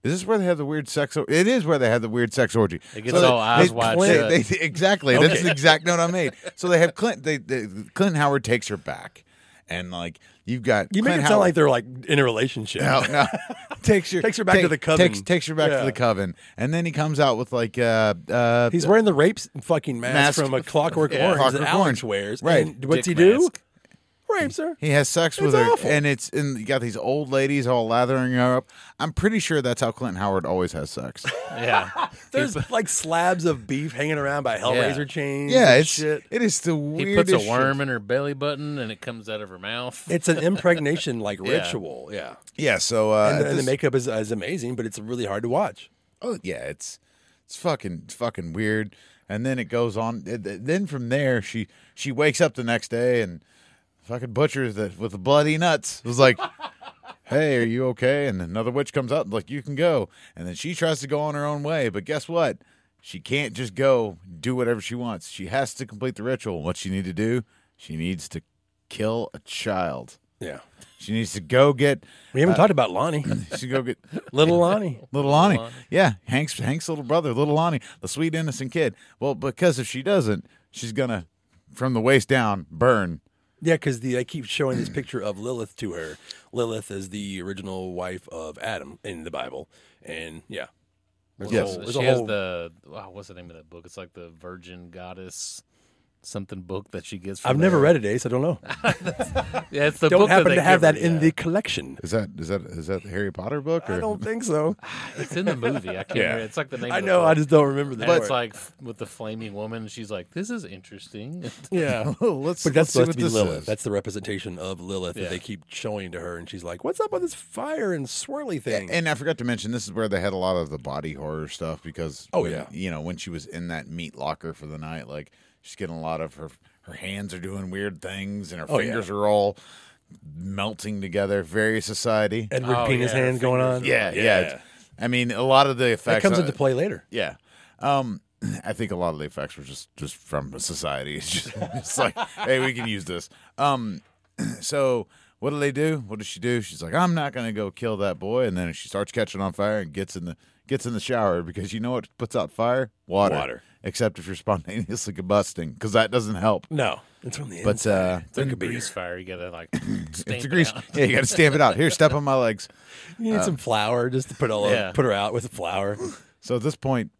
Is this where they have the weird sex? Or- it is where they have the weird sex orgy. It gets all eyes wide shut. they- they- exactly. That's the exact note I made. So they have Clint. They, they Clint Howard takes her back, and like you've got You make Clint it sound Howard- like they're like in a relationship. No, no. takes your Takes her back to the coven. Takes, takes her back Yeah. to the coven, and then he comes out with like uh uh He's wearing the rape fucking mask, Mask. from a Clockwork Yeah, Orange Clockwork that Alex Orange. wears. Right. And what's Dick he do? mask. Rapes her. he has sex with It's her, awful. and it's and you got these old ladies all lathering her up. I'm pretty sure that's how Clint Howard always has sex. Yeah. There's like slabs of beef hanging around by Hellraiser Yeah. chains. yeah, and it's shit. it is the He weirdest. puts a shit. worm in her belly button and it comes out of her mouth. It's an impregnation like Yeah. ritual. Yeah. Yeah, so uh, And, at the, and the this- makeup is, is amazing, but it's really hard to watch. oh yeah, it's it's fucking it's fucking weird. And then it goes on. th- th- Then from there, she she wakes up the next day and fucking butchers that with the bloody nuts. It was like, hey, are you okay? And another witch comes up like, you can go. And then she tries to go on her own way, but guess what? She can't just go do whatever she wants. She has to complete the ritual. What she need to do? She needs to kill a child. Yeah. She needs to go get. We haven't talked about Lonnie, She go get. little Lonnie. Little Lonnie. Yeah, Hank's Hank's little brother, little Lonnie, the sweet innocent kid. Well, because if she doesn't, she's gonna from the waist down burn. Yeah, because the I keep showing this picture of Lilith to her. Lilith is the original wife of Adam in the Bible, and yeah, there's Yes. a whole, there's she a has whole- the oh, what's the name of that book? It's like the Virgin Goddess something book that she gets. From I've never there. read it, Ace. I don't know. Yeah, it's the don't book that happen they to have give that her, in yeah. the collection. Is that is that is that the Harry Potter book? Or? I don't think so. It's in the movie. I can't. Yeah. remember. It's like the name. I of the know. I book. just don't remember the And it's word. like f- with the flaming woman. She's like, "This is interesting." yeah. Oh, let's, But let's that's see supposed what to be this Lilith. is. That's the representation of Lilith Yeah. that they keep showing to her, and she's like, "What's up with this fire and swirly thing?" And I forgot to mention, this is where they had a lot of the body horror stuff because, Oh, when- yeah. you know, when she was in that meat locker for the night, like she's getting a lot of her her hands are doing weird things and her Oh, yeah. fingers are all melting together. Very society. Edward Oh, penis yeah, hands going on. yeah, yeah. it's- I mean, a lot of the That effects comes uh, into play later. Yeah. Um, I think a lot of the effects were just just from society. It's just it's like, hey, we can use this. Um, so what do they do? What does she do? She's like, I'm not gonna go kill that boy, and then she starts catching on fire and gets in the gets in the shower because you know what puts out fire? Water. Water. Except if you're spontaneously combusting, because that doesn't help. No, it's from the end. But uh, There could be grease fire. You gotta like. it's stamp a it grease. out. Yeah, you gotta stamp it out. Here, step on my legs. you need uh, some flour just to put all yeah. put her out with the flour. So at this point,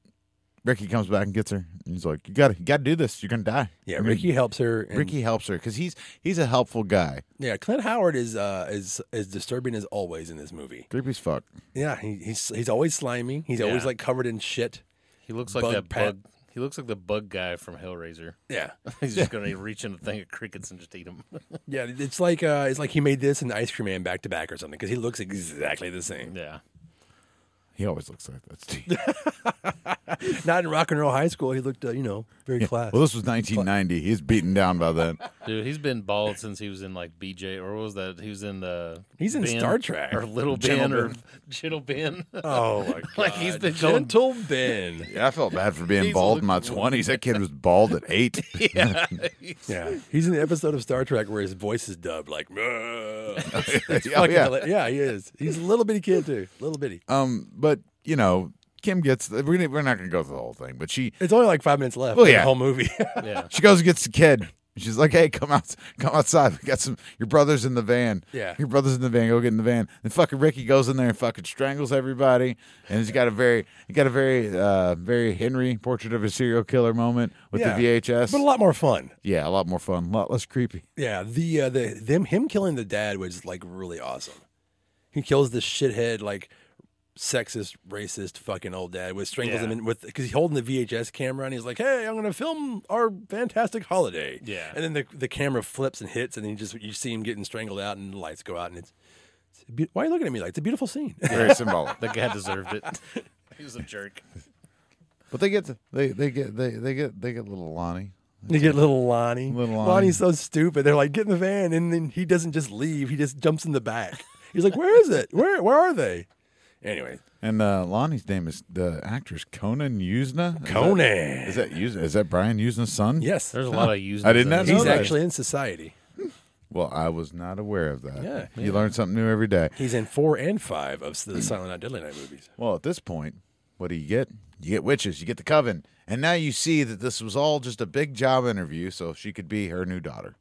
Ricky comes back and gets her, and he's like, "You gotta, you gotta do this. You're gonna die." Yeah, I mean, Ricky helps her. and- Mm-hmm. Ricky helps her because he's he's a helpful guy. Yeah, Clint Howard is uh, is as disturbing as always in this movie. Creepy as fuck. Yeah, he, he's he's always slimy. He's always Yeah. like covered in shit. He looks like Bug that Pat. bug. He looks like the bug guy from Hellraiser. Yeah, He's just gonna reach in a thing of crickets and just eat them. yeah. It's like uh, it's like he made this and Ice Cream Man back to back or something because he looks exactly the same. yeah. He always looks like that. Steve. Not in rock and roll high school. He looked uh, you know very class. well, this was 1990. He's beaten down by then. Dude, he's been bald since he was in like BJ or what was that? He was in the He's in Ben, Star Trek. or Little Gentle Ben or Gentle Ben. oh my god! Like, he's been going- gentle Ben. Yeah, I felt bad for being He's bald in my looked- 20s. That kid was bald at eight. yeah, Yeah, he's in the episode of Star Trek where his voice is dubbed like. "Bruh." Oh, Fucking yeah. hila- yeah, he is. He's a little bitty kid too. Little bitty. Um, but you know, Kim gets. We're gonna- we're not gonna go through the whole thing, but she It's only like five minutes left. Well, in yeah. the whole movie. yeah. she goes and gets the kid. She's like, "Hey, come out, come outside. We got some. Your brother's in the van. Yeah. your brother's in the van. Go get in the van." And fucking Ricky goes in there and fucking strangles everybody. And he's got a very, he got a very, uh, very Henry portrait of a serial killer moment with Yeah. the VHS. but a lot more fun. yeah, a lot more fun, a lot less creepy. Yeah, the uh, the them him killing the dad was like really awesome. He kills this shithead like sexist, racist, fucking old dad. With strangles Yeah. him in with because he's holding the VHS camera and he's like, "Hey, I'm gonna film our fantastic holiday." Yeah. and then the the camera flips and hits, and then you just you see him getting strangled out, and the lights go out, and it's. it's a beau- Why are you looking at me like it's a beautiful scene? Very symbolic. That guy deserved it. He was a jerk. But they get, to, they they get, they they get, they get little Lonnie. You get little Lonnie. Little Lonnie. Lonnie's so stupid. They're like, get in the van, and then he doesn't just leave. He just jumps in the back. He's like, where is it? Where where are they? Anyway, And uh, Lonnie's name is the actress Conan Usna. Is that- Conan. Is that Usna? Is that Brian Usna's son? yes, There's a lot of using. uh, I did not he's know that. actually in Society. Well, I was not aware of that. Yeah, You learn something new every day. He's in four and five of Hmm. the Silent Night Deadly Night movies. Well, at this point, what do you get? You get witches, you get the coven. And now you see that this was all just a big job interview so she could be her new daughter.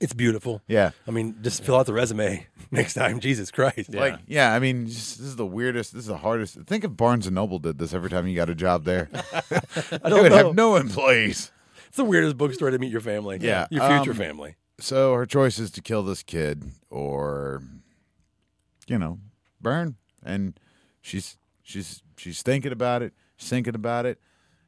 It's beautiful. Yeah. I mean, just fill out the resume next time. Jesus Christ. Like, yeah, I mean, just, this is the weirdest, this is the hardest. Think if Barnes and Noble did this every time you got a job there. I they don't would know. have no employees. it's the weirdest bookstore to meet your family. Yeah, your future um, family. So her choice is to kill this kid or, you know, burn. And she's she's she's thinking about it. She's thinking about it.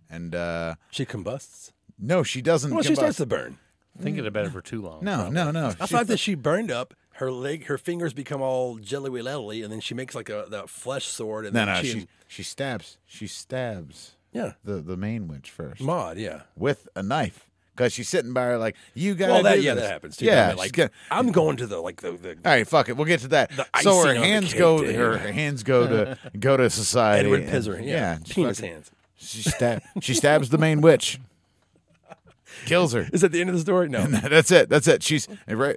And uh She combusts. no, she doesn't. Well, she combust. starts to burn. Thinking about it for too long. no, no, no. I She- thought that she burned up. Her leg, her fingers become all jelly jelly, and then she makes like a that flesh sword. And No, then no, she, she she stabs. She stabs yeah, the the main witch first mod, yeah. with a knife because she's sitting by her like you got. Well, that do yeah, this." that happens too. Yeah, doesn't it? like she's gonna- I'm going to the like the, the all right, fuck it. We'll get to that. The So her icing on the hands cake, go. Dave. Her, her hands go to go to society. Edward and- Pisser, yeah, she penis fucking- hands. She stab. she stabs the main witch. Kills her. Is that the end of the story? No, That's it. That's it. She's and Ri-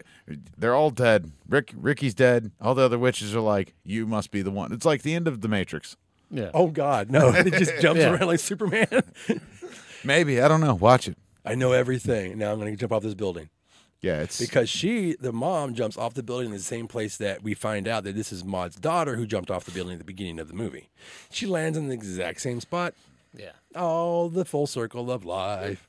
they're all dead. Rick Ricky's dead. All the other witches are like, you must be the one. It's like the end of the Matrix. Yeah. Oh God, no! It just jumps Yeah. around like Superman. Maybe I don't know. Watch it. I know everything. Now I'm going to jump off this building Yeah, it's because she, the mom, jumps off the building in the same place that we find out that this is Maud's daughter who jumped off the building at the beginning of the movie. She lands in the exact same spot. Yeah. Oh, the full circle of life.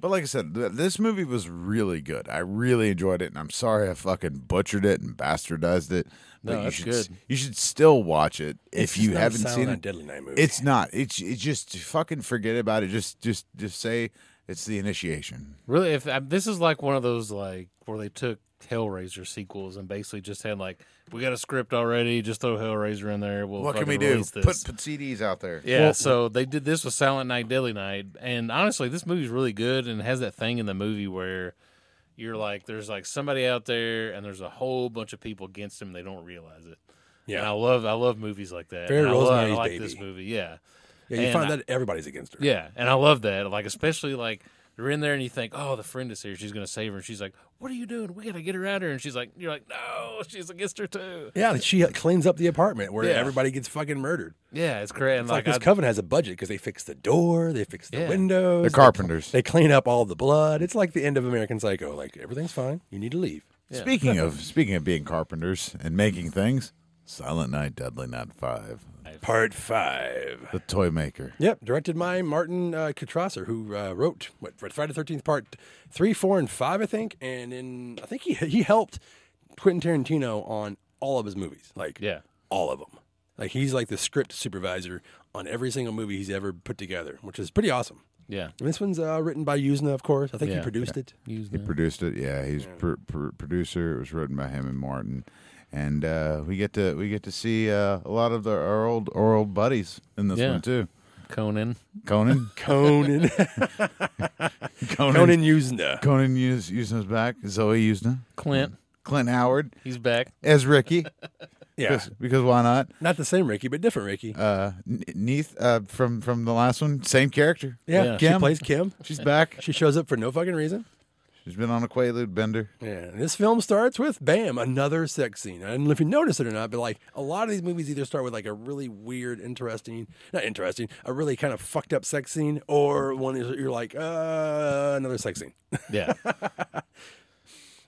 But like I said, th- this movie was really good. I really enjoyed it, and I'm sorry I fucking butchered it and bastardized it. But No, you that's should s- good. you should still watch it It's if just you not haven't sound seen like it. Deadly Night movie. It's not. It's it's just fucking forget about it. Just just just say it's the initiation. Really, if I, this is like one of those like where they took Hellraiser sequels and basically just had like we got a script already, just throw Hellraiser in there. We'll what can fucking we do? release Put, This. put CDs out there. yeah, so they did this with Silent Night, Deadly Night, and honestly, this movie's really good and has that thing in the movie where you're like, there's like somebody out there, and there's a whole bunch of people against him, they don't realize it. Yeah. and I love I love movies like that. Very And I, love- I Rosemary's like Baby. this movie, yeah. yeah, you and find I- that everybody's against her. Yeah, and I love that. Like especially like you're in there and you think, oh, the friend is here. She's gonna save her. And she's like, what are you doing? We gotta get her out of here. And she's like, you're like, no, she's against her too. Yeah, like she cleans up the apartment where Yeah. everybody gets fucking murdered. Yeah, it's crazy. And It's like, this like, I, coven has a budget because they fix the door, they fix the Yeah. windows, The they- Carpenters. They clean up all the blood. It's like the end of American Psycho. Like everything's fine. You need to leave. Yeah. Speaking of speaking of being carpenters and making things, Silent Night, Deadly Night Five, Part five. The Toy Maker. Yep, directed by Martin uh, Kutrasser, who uh, wrote what for Friday Thirteenth Part three, four, and five, I think. And then I think he he helped Quentin Tarantino on all of his movies. Like yeah, all of them. Like he's like the script supervisor on every single movie he's ever put together, which is pretty awesome. yeah. And this one's uh, written by Usna, of course. I think he Yeah. produced it. Use He that. produced it. Yeah, he's pr- pr- producer. It was written by him and Martin, and uh, we get to we get to see uh, a lot of the, our old our old buddies in this Yeah. one too. Conan. Conan, Conan, Conan, Conan, Conan Usna. Conan Us- Usna's back. Zoe Usna, Clint. Clint Howard He's back. as Ricky. Yeah, because, because why not? not the same Ricky, but different Ricky. Uh, N- Neith uh, from from the last one, same character. yeah, yeah. she Kim. plays Kim. She's back. She shows up for no fucking reason. She's been on a Quaalude bender. Yeah, and this film starts with bam, another sex scene. I don't know if you notice it or not, but like a lot of these movies either start with like a really weird, interesting, not interesting, a really kind of fucked up sex scene, or one is you're like, uh, another sex scene. Yeah,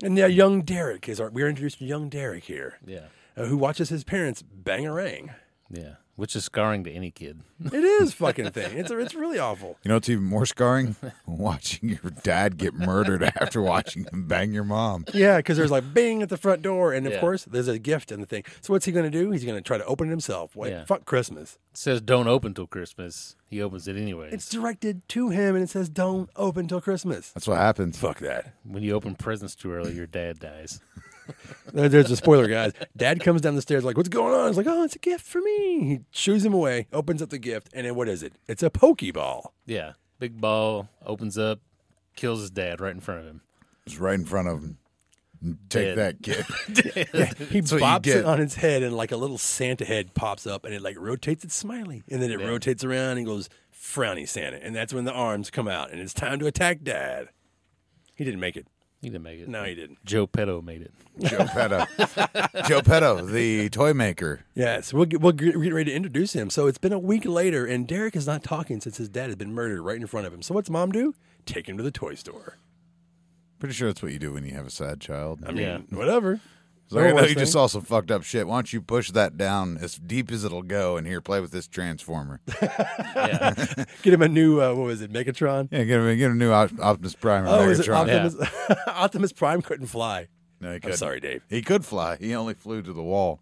And yeah, young Derek is our. We're introduced to young Derek here, yeah, uh, who watches his parents bang a ring. yeah. Which is scarring to any kid. It is fucking thing. It's it's really awful. You know what's even more scarring? watching your dad get murdered after watching him bang your mom. Yeah, because there's like bing at the front door, and of Yeah. course there's a gift in the thing. So what's he gonna do? He's gonna try to open it himself. Like Yeah. fuck Christmas. It says don't open till Christmas. He opens it anyway. It's directed to him, and it says don't open till Christmas. That's what happens. Fuck that. when you open presents too early, your dad dies. There- There's a spoiler, guys. Dad comes down the stairs like, "What's going on?" He's like, "Oh, it's a gift for me." He shoos him away, opens up the gift, and then what is it? It's a pokeball. Yeah, big ball opens up, kills his dad right in front of him. It's right in front of him. Take Dead. that kid. He That's what you bops get. it on its head, and like a little Santa head pops up, and it like rotates its smiley, and then it rotates around and goes frowny Santa, and that's when the arms come out, and it's time to attack Dad. He didn't make it. He didn't make it. No, he didn't. Joe Petto made it. Joe Petto. Joe Petto, the toy maker. Yes, we'll get, we'll get get ready to introduce him. So it's been a week later, and Derek is not talking since his dad has been murdered right in front of him. So what's mom do? Take him to the toy store. Pretty sure that's what you do when you have a sad child. I mean, Yeah. whatever. It's like, I no know worse you just thing. saw some fucked up shit. Why don't you push that down as deep as it'll go and here, play with this transformer. Yeah. Get him a new uh, what was it, Megatron? Yeah, get him, get him a new Op- Optimus Prime. Or Oh, is it Megatron. Optimus? Optimus Prime couldn't fly. No, he I'm couldn't. sorry, Dave. He could fly. He only flew to the wall.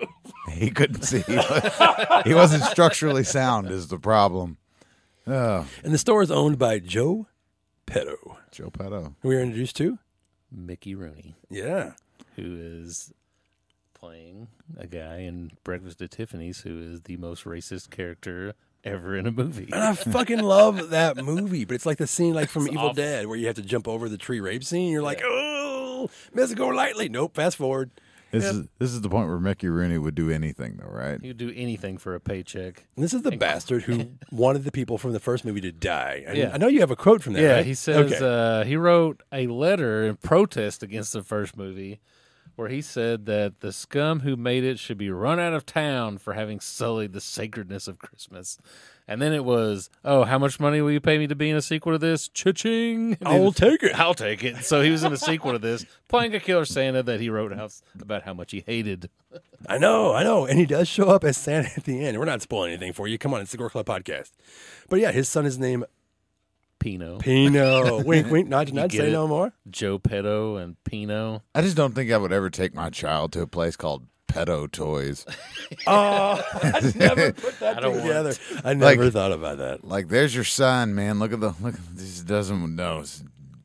he couldn't see. He, was, he wasn't structurally sound is the problem. Oh, And the store is owned by Joe Petto, Joe Petto. who we were introduced to. Mickey Rooney, Yeah. who is playing a guy in Breakfast at Tiffany's who is the most racist character ever in a movie. And I fucking love that movie, but it's like the scene like from Evil awful. Dead where you have to jump over the tree rape scene. You're like, oh, miss it go lightly. Nope, fast forward. This is this is the point where Mickey Rooney would do anything though, right? He would do anything for a paycheck. And this is the bastard who wanted the people from the first movie to die. And Yeah. I know you have a quote from that. Yeah, right? he says Okay. uh, he wrote a letter in protest against the first movie where he said that the scum who made it should be run out of town for having sullied the sacredness of Christmas. And then it was, oh, how much money will you pay me to be in a sequel to this? Cha-ching. And he I'll was- take it. I'll take it. So he was in a sequel to this, playing a killer Santa that he wrote how- about how much he hated. I know, I know. And he does show up as Santa at the end. We're not spoiling anything for you. Come on, it's the Gore Club podcast. But yeah, his son is named Pino, Pino. wink, wink, nudge, nudge. get Say it. no more. Joe Petto, and Pino. I just don't think I would ever take my child to a place called Pedo Toys. Oh, I never put that I don't want together. I Like- never thought about that. Like, there's your sign, man. Look at the look. at- This doesn't know. It's-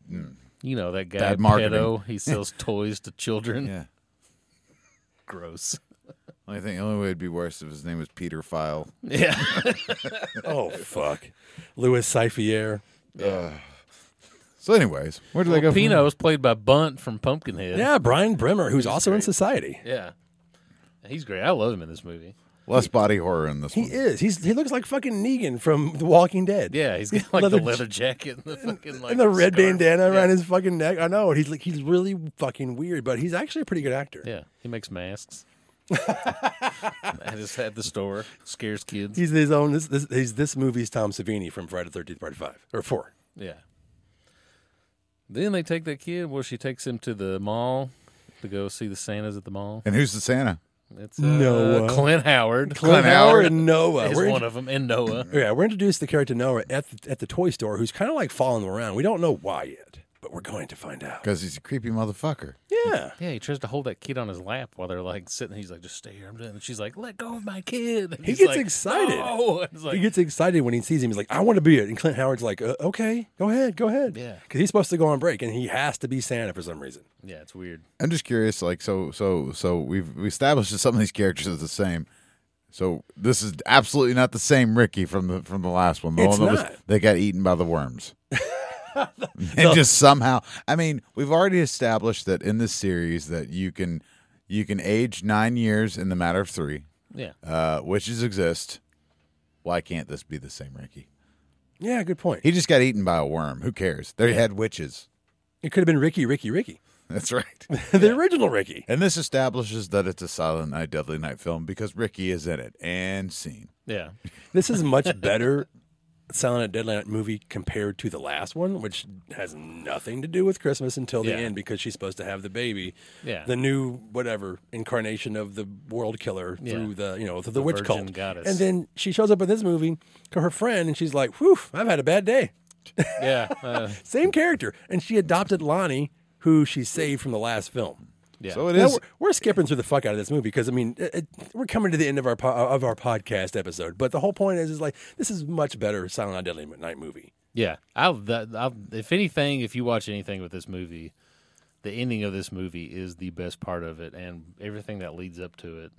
You know that guy Bad marketing. Petto. He sells toys to children. Yeah. Gross. I think the only way it'd be worse if his name was Peter File. Yeah. Oh, fuck. Louis Cyphier. So, anyways, where do they go? Well, from Pino was played by Bunt from Pumpkinhead. Yeah, Brian Bremer, who's also in great. Society. Yeah. He's great. I love him in this movie. there? Less body horror in this He one. is. He's he looks like fucking Negan from The Walking Dead. Yeah, he's got like Leather the j- leather jacket and the fucking like and the red scarf. bandana yeah. around his fucking neck. I know. and He's like he's really fucking weird, but he's actually a pretty good actor. Yeah, he makes masks. I just had the store scares kids. He's his own. This, this, he's this movie's Tom Savini from Friday the Thirteenth Part Five or Four. Yeah. Then they take that kid. Well, she takes him to the mall to go see the Santas at the mall. And who's the Santa? It's uh, Noah. Clint Howard. Glenn Howard. Howard and Noah. is We're one of them, and Noah. yeah, we're introduced to the character Noah at the, at the toy store, who's kind of like following them around. We don't know why yet, but we're going to find out. Because he's a creepy motherfucker. Yeah. Yeah, he tries to hold that kid on his lap while they're like sitting. He's like, "Just stay here." I'm done. And she's like, "Let go of my kid." And He he's gets like, excited. "No." And It's like, He gets excited when he sees him. He's like, "I want to be it." And Clint Howard's like, uh, "Okay, go ahead, go ahead." Yeah. because he's supposed to go on break, and he has to be Santa for some reason. yeah, it's weird. I'm just curious, like, so, so, so we've we established that some of these characters are the same. So this is absolutely not the same Ricky from the from the last one. The It's one that not. was they got eaten by the worms. and just somehow, I mean, we've already established that in this series that you can you can age nine years in the matter of three, Yeah, uh, witches exist. Why can't this be the same Ricky? Yeah, good point. He just got eaten by a worm. Who cares? They had witches. It could have been Ricky, Ricky, Ricky, That's right. the original Ricky. And this establishes that it's a Silent Night, Deadly Night film because Ricky is in it and seen. yeah. This is much better Silent Night, Deadly Night movie compared to the last one, which has nothing to do with Christmas until the Yeah. end because she's supposed to have the baby, Yeah. the new whatever incarnation of the world killer Yeah. through the you know through the, witch virgin cult. goddess. And then she shows up in this movie to her friend, and she's like, "Whew, I've had a bad day." Yeah, uh, Same character, and she adopted Lonnie, who she saved from the last film. yeah. So it Now, is. we're, we're skipping through the fuck out of this movie because I mean it, it- we're coming to the end of our po- of our podcast episode. But the whole point is is like this is much better Silent Night Deadly Night movie. yeah, I, that, I, if anything, if you watch anything with this movie, the ending of this movie is the best part of it, and everything that leads up to it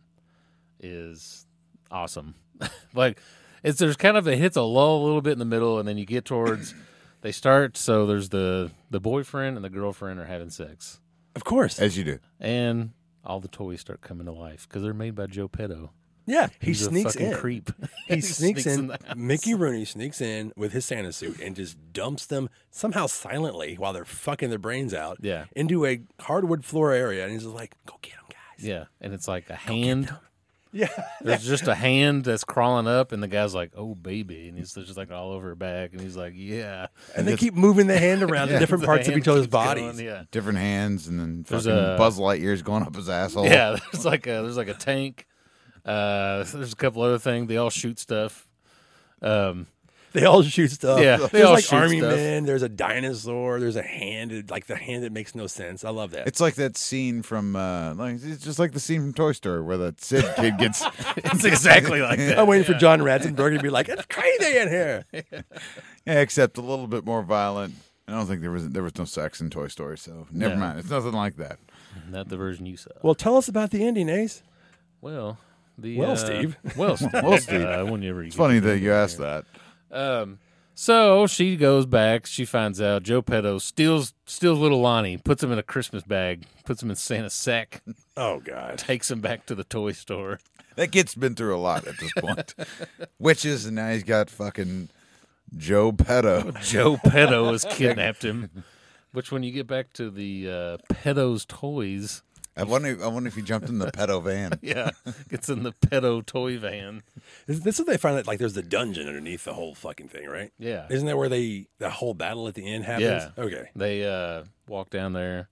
is awesome. like, it's there's kind of it hits a lull a little bit in the middle, and then you get towards they start. So there's the the boyfriend and the girlfriend are having sex, Of course, as you do. and all the toys start coming to life because they're made by Joe Petto. yeah, he He's sneaks a fucking in. creep. He sneaks, in. the house. Mickey Rooney sneaks in with his Santa suit and just dumps them somehow silently while they're fucking their brains out Yeah. into a hardwood floor area, and he's just like, "Go get them, guys." Yeah, and it's like a hand. Yeah. There's just a hand that's crawling up, and the guy's like, "Oh, baby," and he's just like all over her back, and he's like, "Yeah." And they keep moving the hand around to different The parts of hand each other's keeps going, bodies. yeah, Different hands and then There's fucking a- Buzz Lightyear's going up his asshole. yeah. There's like a there's like a tank. Uh, there's a couple other things. They all shoot stuff. Um, They all shoot stuff. Yeah, there's they all like shoot army stuff. men. There's a dinosaur. There's a hand, that- like the hand that makes no sense. I love that. It's like that scene from, uh, like, it's just like the scene from Toy Story where that Sid kid gets. it's exactly like that. I'm waiting for John Ratzenberger to be like, "It's crazy in here." yeah, except a little bit more violent. I don't think there was there was no sex in Toy Story, so never No. mind. It's nothing like that. Not the version you saw. Well, tell us about the ending, Ace. Well, the Well, uh, Steve. Well, Steve. Well, Steve. Uh, whenever you It's funny that you asked that. Um, so she goes back. She finds out Joe Petto steals steals little Lonnie, puts him in a Christmas bag, puts him in Santa's sack, Oh God. takes him back to the toy store. That kid's been through a lot at this point. Witches, and now he's got fucking Joe Petto. Joe Petto has kidnapped him. Which, when you get back to the uh, Petto's toys, I wonder. If, I wonder if he jumped in the pedo van. yeah, gets in the Petto toy van. This, this is where they find that like there's the dungeon underneath the whole fucking thing, right? Yeah, Isn't that where they the whole battle at the end happens? Yeah. Okay. they uh, walk down there,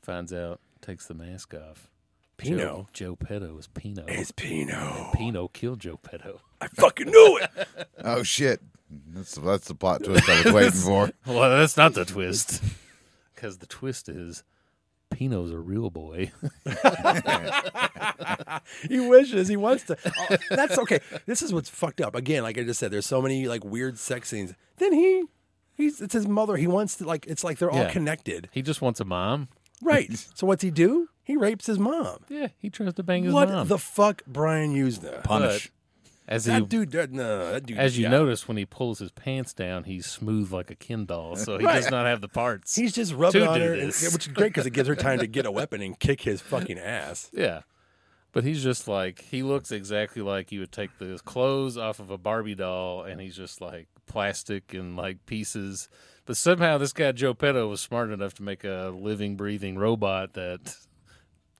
finds out, takes the mask off. Pino. Joe, Joe Petto is Pino. It's Pino. Pino killed Joe Petto. I fucking knew it. Oh shit! That's that's the plot twist I was waiting for. Well, that's not the twist, because the twist is Pino's a real boy. He wishes he wants to. Oh, that's okay. This is what's fucked up. Again, like I just said, there's so many like weird sex scenes. Then he, he's it's his mother. He wants to like it's like they're all Yeah. connected, He just wants a mom. right? so what's he do? He rapes his mom. Yeah, he tries to bang his What mom. the fuck, Brian Usner? Uh, Punish. as he, That dude, that, no, that dude. as you yeah. notice, when he pulls his pants down, he's smooth like a Ken doll, so he Right. does not have the parts. he's just rubbing to on do her, and- this. which is great because it gives her time to get a weapon and kick his fucking ass. Yeah. But he's just like he looks exactly like you would take the clothes off of a Barbie doll and he's just like plastic and like pieces. But somehow this guy Joe Petto was smart enough to make a living breathing robot that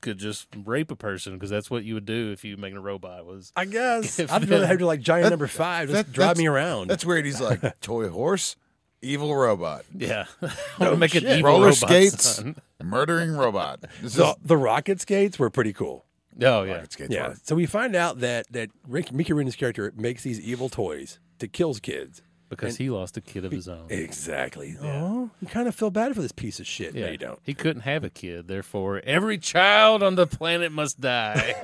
could just rape a person because that's what you would do if you were making a robot was I guess I'd rather have to like giant number five just That- drive that's- me around. That's weird. He's like toy horse, evil robot, yeah no, make an shit. evil roller robot skates, son. murdering robot. This the, is the rocket skates were pretty cool. oh yeah skates Yeah. were- So we find out that that Rick, Mickey Rooney's character makes these evil toys to kill kids. because he lost a kid of his own Exactly. Oh, you kind of feel bad for this piece of shit. No, you don't. He couldn't have a kid, therefore every child on the planet must die.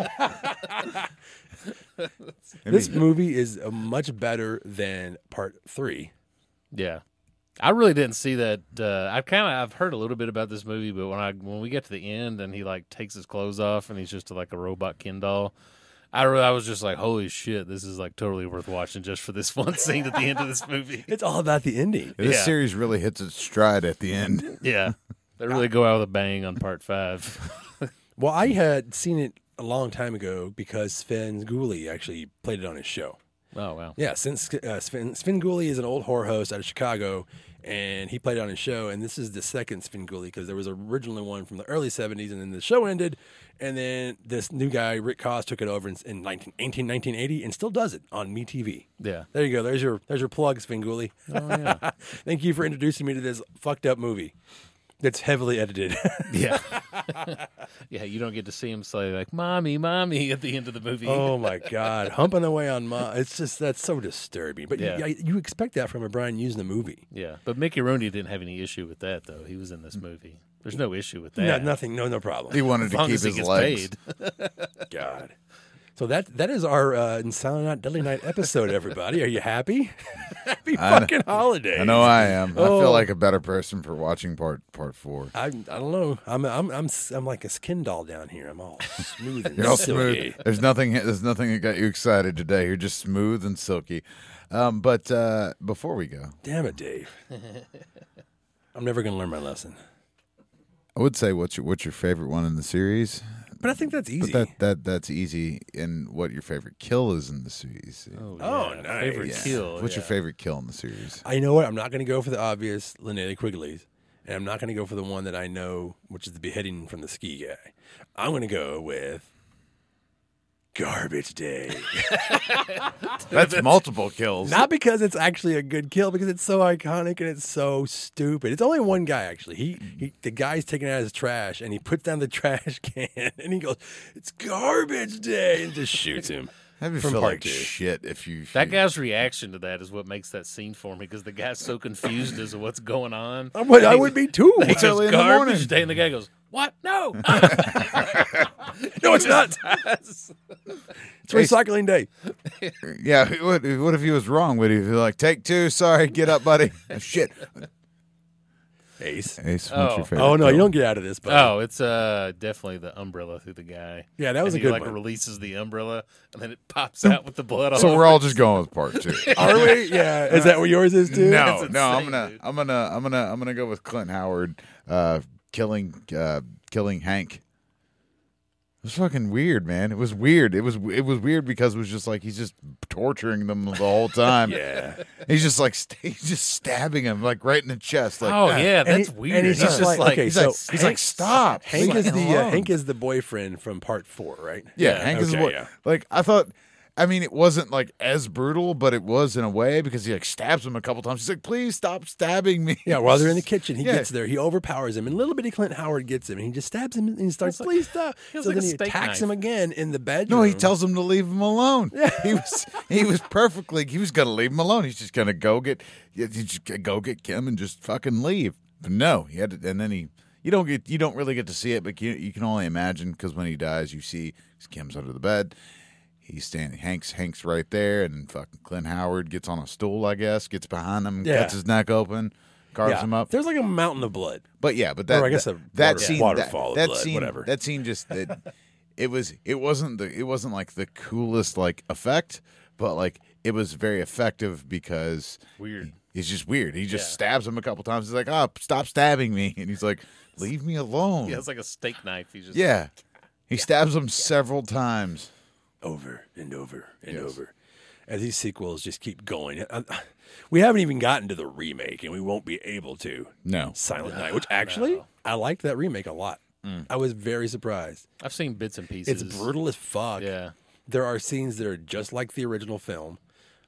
I this mean, movie is uh, much better than part three. Yeah. I really didn't see that. Uh, I've kind of I've heard a little bit about this movie, but when I when we get to the end and he like takes his clothes off and he's just like a robot Ken doll, I really I was just like, holy shit, this is like totally worth watching just for this one scene at the end of this movie. It's all about the ending. this yeah. series really hits its stride at the end. Yeah, they really go out with a bang on part five. Well, I had seen it a long time ago because Sven Gulli actually played it on his show. Oh wow, Yeah, since uh, Sven, Sven Gulli is an old horror host out of Chicago, and he played on his show. And this is the second Sven Gulli because there was originally one from the early '70s, and then the show ended, and then this new guy Rick Koss took it over in, in 19, 18, 1980, and still does it on MeTV. yeah, There you go. There's your there's your plug, Sven Gulli. Oh, yeah. Thank you for introducing me to this fucked up movie that's heavily edited. yeah, yeah. You don't get to see him say like "mommy, mommy" at the end of the movie. Oh my God, humping away on my. It's just that's so disturbing. But Yeah. you, you expect that from a Brian using the movie. Yeah, but Mickey Rooney didn't have any issue with that though. He was in this movie. There's no issue with No, that. nothing. No, no problem. He wanted As to long keep as he his gets legs. paid. God. So that that is our uh, in Silent Night Deadly Night episode. Everybody, are you happy? happy fucking holiday. I know I am. I Oh. feel like a better person for watching part part four. I, I don't know. I'm I'm I'm s- I'm like a skin doll down here. I'm all smooth and You're all silky. smooth. There's nothing. There's nothing that got you excited today. You're just smooth and silky. Um, but uh, before we go, Damn it, Dave. I'm never gonna learn my lesson. I would say what's your what's your favorite one in the series? But I think that's easy. But that that that's easy. And what your favorite kill is in the series? Oh, yeah. nice. Favorite Yeah. kill. What's yeah. your favorite kill in the series? I know what I'm not gonna go for the obvious Linnea Quigley's, and I'm not gonna go for the one that I know, which is the beheading from the ski guy. I'm gonna go with Garbage Day. That's multiple kills. Not because it's actually a good kill, because it's so iconic and it's so stupid. It's only one guy actually. He, he the guy's taking out his trash and he puts down the trash can and he goes, "It's garbage day," and just shoots him. That'd be from feel part like two. shit if you. That guy's reaction to that is what makes that scene for me because the guy's so confused as to what's going on. I would, I And he- would be too. He It's goes, early in the garbage morning." day, and the guy goes, "What? No." no, it's not. It's recycling day. Yeah. What, what if he was wrong? Would he be like, take two? Sorry, get up, buddy. shit. Ace. Ace, what's Oh. your favorite? Oh no, you kill? don't get out of this. But oh, it's uh definitely the umbrella through the guy. yeah, that was a and he good like one. releases the umbrella and then it pops out with the blood. all So over we're all just going with part two. Are we? Yeah. Is that what yours is too? no, That's no, I'm insane, gonna, dude. I'm gonna, I'm gonna, I'm gonna go with Clint Howard, uh, killing, uh, killing Hank. It was fucking weird, man. It was weird. It was, it was weird because it was just like he's just torturing them the whole time. Yeah. he's just like, st- he's just stabbing him like right in the chest. Like, Oh ah. yeah, And he- that's and weird. he's just like- okay, he's so like, he's like, stop. Hank leave is me the uh, alone." Hank is the boyfriend from part four, right? Yeah, Hank is okay, what. yeah. Like I thought, I mean, it wasn't like as brutal, but it was in a way because he like stabs him a couple times. He's like, "Please stop stabbing me." Yeah, while they're in the kitchen, he Yeah. gets there. He overpowers him, and little bitty Clint Howard gets him, and he just stabs him, and he starts, like- "Please stop!" it was So like a then he steak attacks knife. him again in the bedroom. No, he tells him to leave him alone. He was he was perfectly he was gonna leave him alone. He's just gonna go get you just go get Kim and just fucking leave. But no, he had to, and then he you don't get you don't really get to see it, but you you can only imagine because when he dies, you see Kim's under the bed. He's standing. Hank's Hank's right there, and fucking Clint Howard gets on a stool, I guess, gets behind him, Yeah. cuts his neck open, carves Yeah. him up. There's like a mountain of blood. But yeah, but that Or I guess a that, that water- scene waterfall that, of that blood, scene whatever. that scene just it, it was it wasn't the it wasn't like the coolest like effect, but like it was very effective because Weird. It's just weird. He just Yeah. stabs him a couple times. He's like, "Oh, stop stabbing me," and he's like, "Leave me alone." Yeah, it's like a steak knife. He's just Yeah. He stabs him several times. over and over and Yes. over as these sequels just keep going. Uh, We haven't even gotten to the remake, and we won't be able to. No, Silent Night, which actually I liked that remake a lot. Mm. I was very surprised. I've seen bits and pieces. It's brutal as fuck. Yeah. There are scenes that are just like the original film.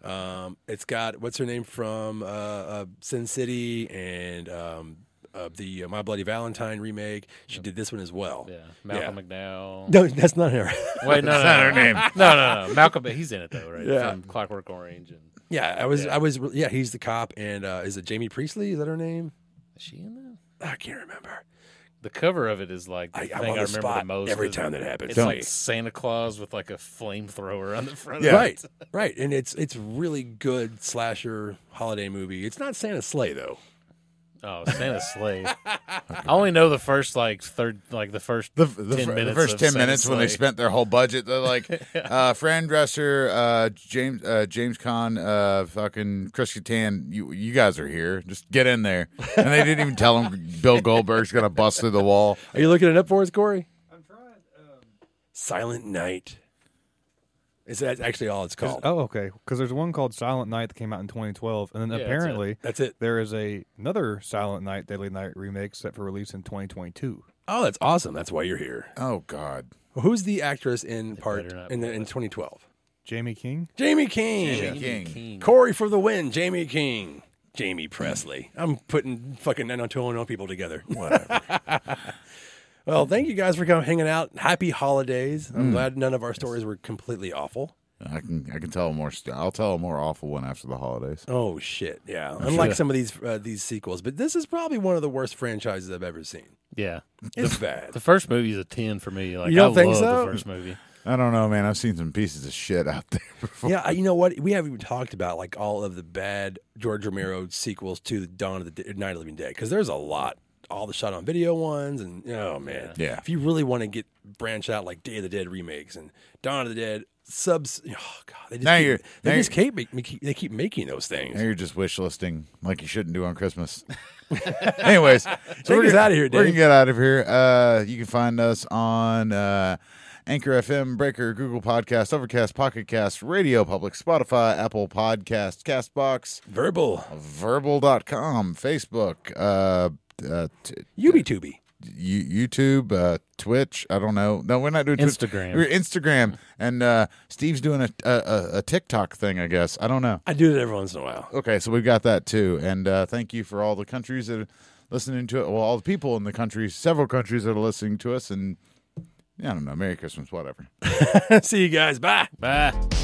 Um, it's got what's her name from uh, uh, Sin City and um, uh, the uh, My Bloody Valentine remake. She did this one as well. Yeah. Malcolm McDowell. No, that's not her. Wait, no, no, not no, her no. name. No, no, no. Malcolm, he's in it though, right? Yeah. From Clockwork Orange. And yeah, I was, I was, yeah, he's the cop, and uh, is it Jamie Priestley? Is that her name? is she in that? I can't remember. The cover of it is like the I- I'm thing on I the remember spot the most. every is time that happens. It's Don't. like Santa Claus with like a flamethrower on the front. Yeah. Of it. Right, right, and it's it's really good slasher holiday movie. It's not Santa's sleigh though. Oh, Santa's Slave. I only know the first like third, like the first The, the, 10 fir- the minutes first of ten Santa's minutes when they Sleigh. spent their whole budget, they're like, uh, "Fran Dresser, uh, James, uh, James Con, uh, fucking Chris Kattan, you you guys are here. Just get in there." And they didn't even tell him Bill Goldberg's gonna bust through the wall. Are you looking it up for us, Corey? I'm trying. Um, Silent Night. Is that actually all it's called? oh, okay. Because there's one called Silent Night that came out in 2012, and then Yeah, that's it. apparently That's it. there is a another Silent Night Deadly Night remake set for release in 2022. Oh, that's awesome. That's why you're here. Oh God, Who's the actress in part better not in the, in 2012? Jamie King. Jamie King. Jamie King. Corey for the win. Jamie King. Jamie Presley. I'm putting fucking 90210 people together. whatever. Well, thank you guys for coming hanging out. Happy holidays. I'm glad none of our stories were completely awful. I can I can tell a more. St- I'll tell a more awful one after the holidays. Oh shit! Yeah, unlike some of these uh, these sequels, but this is probably one of the worst franchises I've ever seen. Yeah. It's bad. The first movie is a ten for me. Like You don't I think love so? the first movie. I don't know, man. I've seen some pieces of shit out there. Before. yeah, I- you know what? We haven't even talked about like all of the bad George Romero sequels to the Dawn of the D- Night of the Living Dead because there's a lot. All the shot on video ones, and oh man, Yeah. Yeah. If you really want to get branch out like Day of the Dead remakes and Dawn of the Dead subs, oh god, they just Now keep, you're- they now just keep, ma- keep- they keep making those Now things. you're just wish listing like you shouldn't do on Christmas. Anyways, so we're us gonna- outta here, We're gonna Dave. get out of here. Uh, you can find us on uh, Anchor FM, Breaker, Google Podcast, Overcast, Pocket Cast, Radio Public, Spotify, Apple Podcast, Castbox, Verbal, Verbal.com, Facebook, uh, uh, t- Ubitubi. you- YouTube, uh, Twitch. I don't know. No, we're not doing Twitch. Instagram. We're Instagram, and uh, Steve's doing a, a a- a TikTok thing. I guess I don't know. I do that every once in a while. Okay, so we've got that too, and uh, thank you for all the countries that are listening to it. Well, all the people in the country, several countries that are listening to us, and yeah, I don't know. Merry Christmas, whatever. See you guys. Bye. Bye.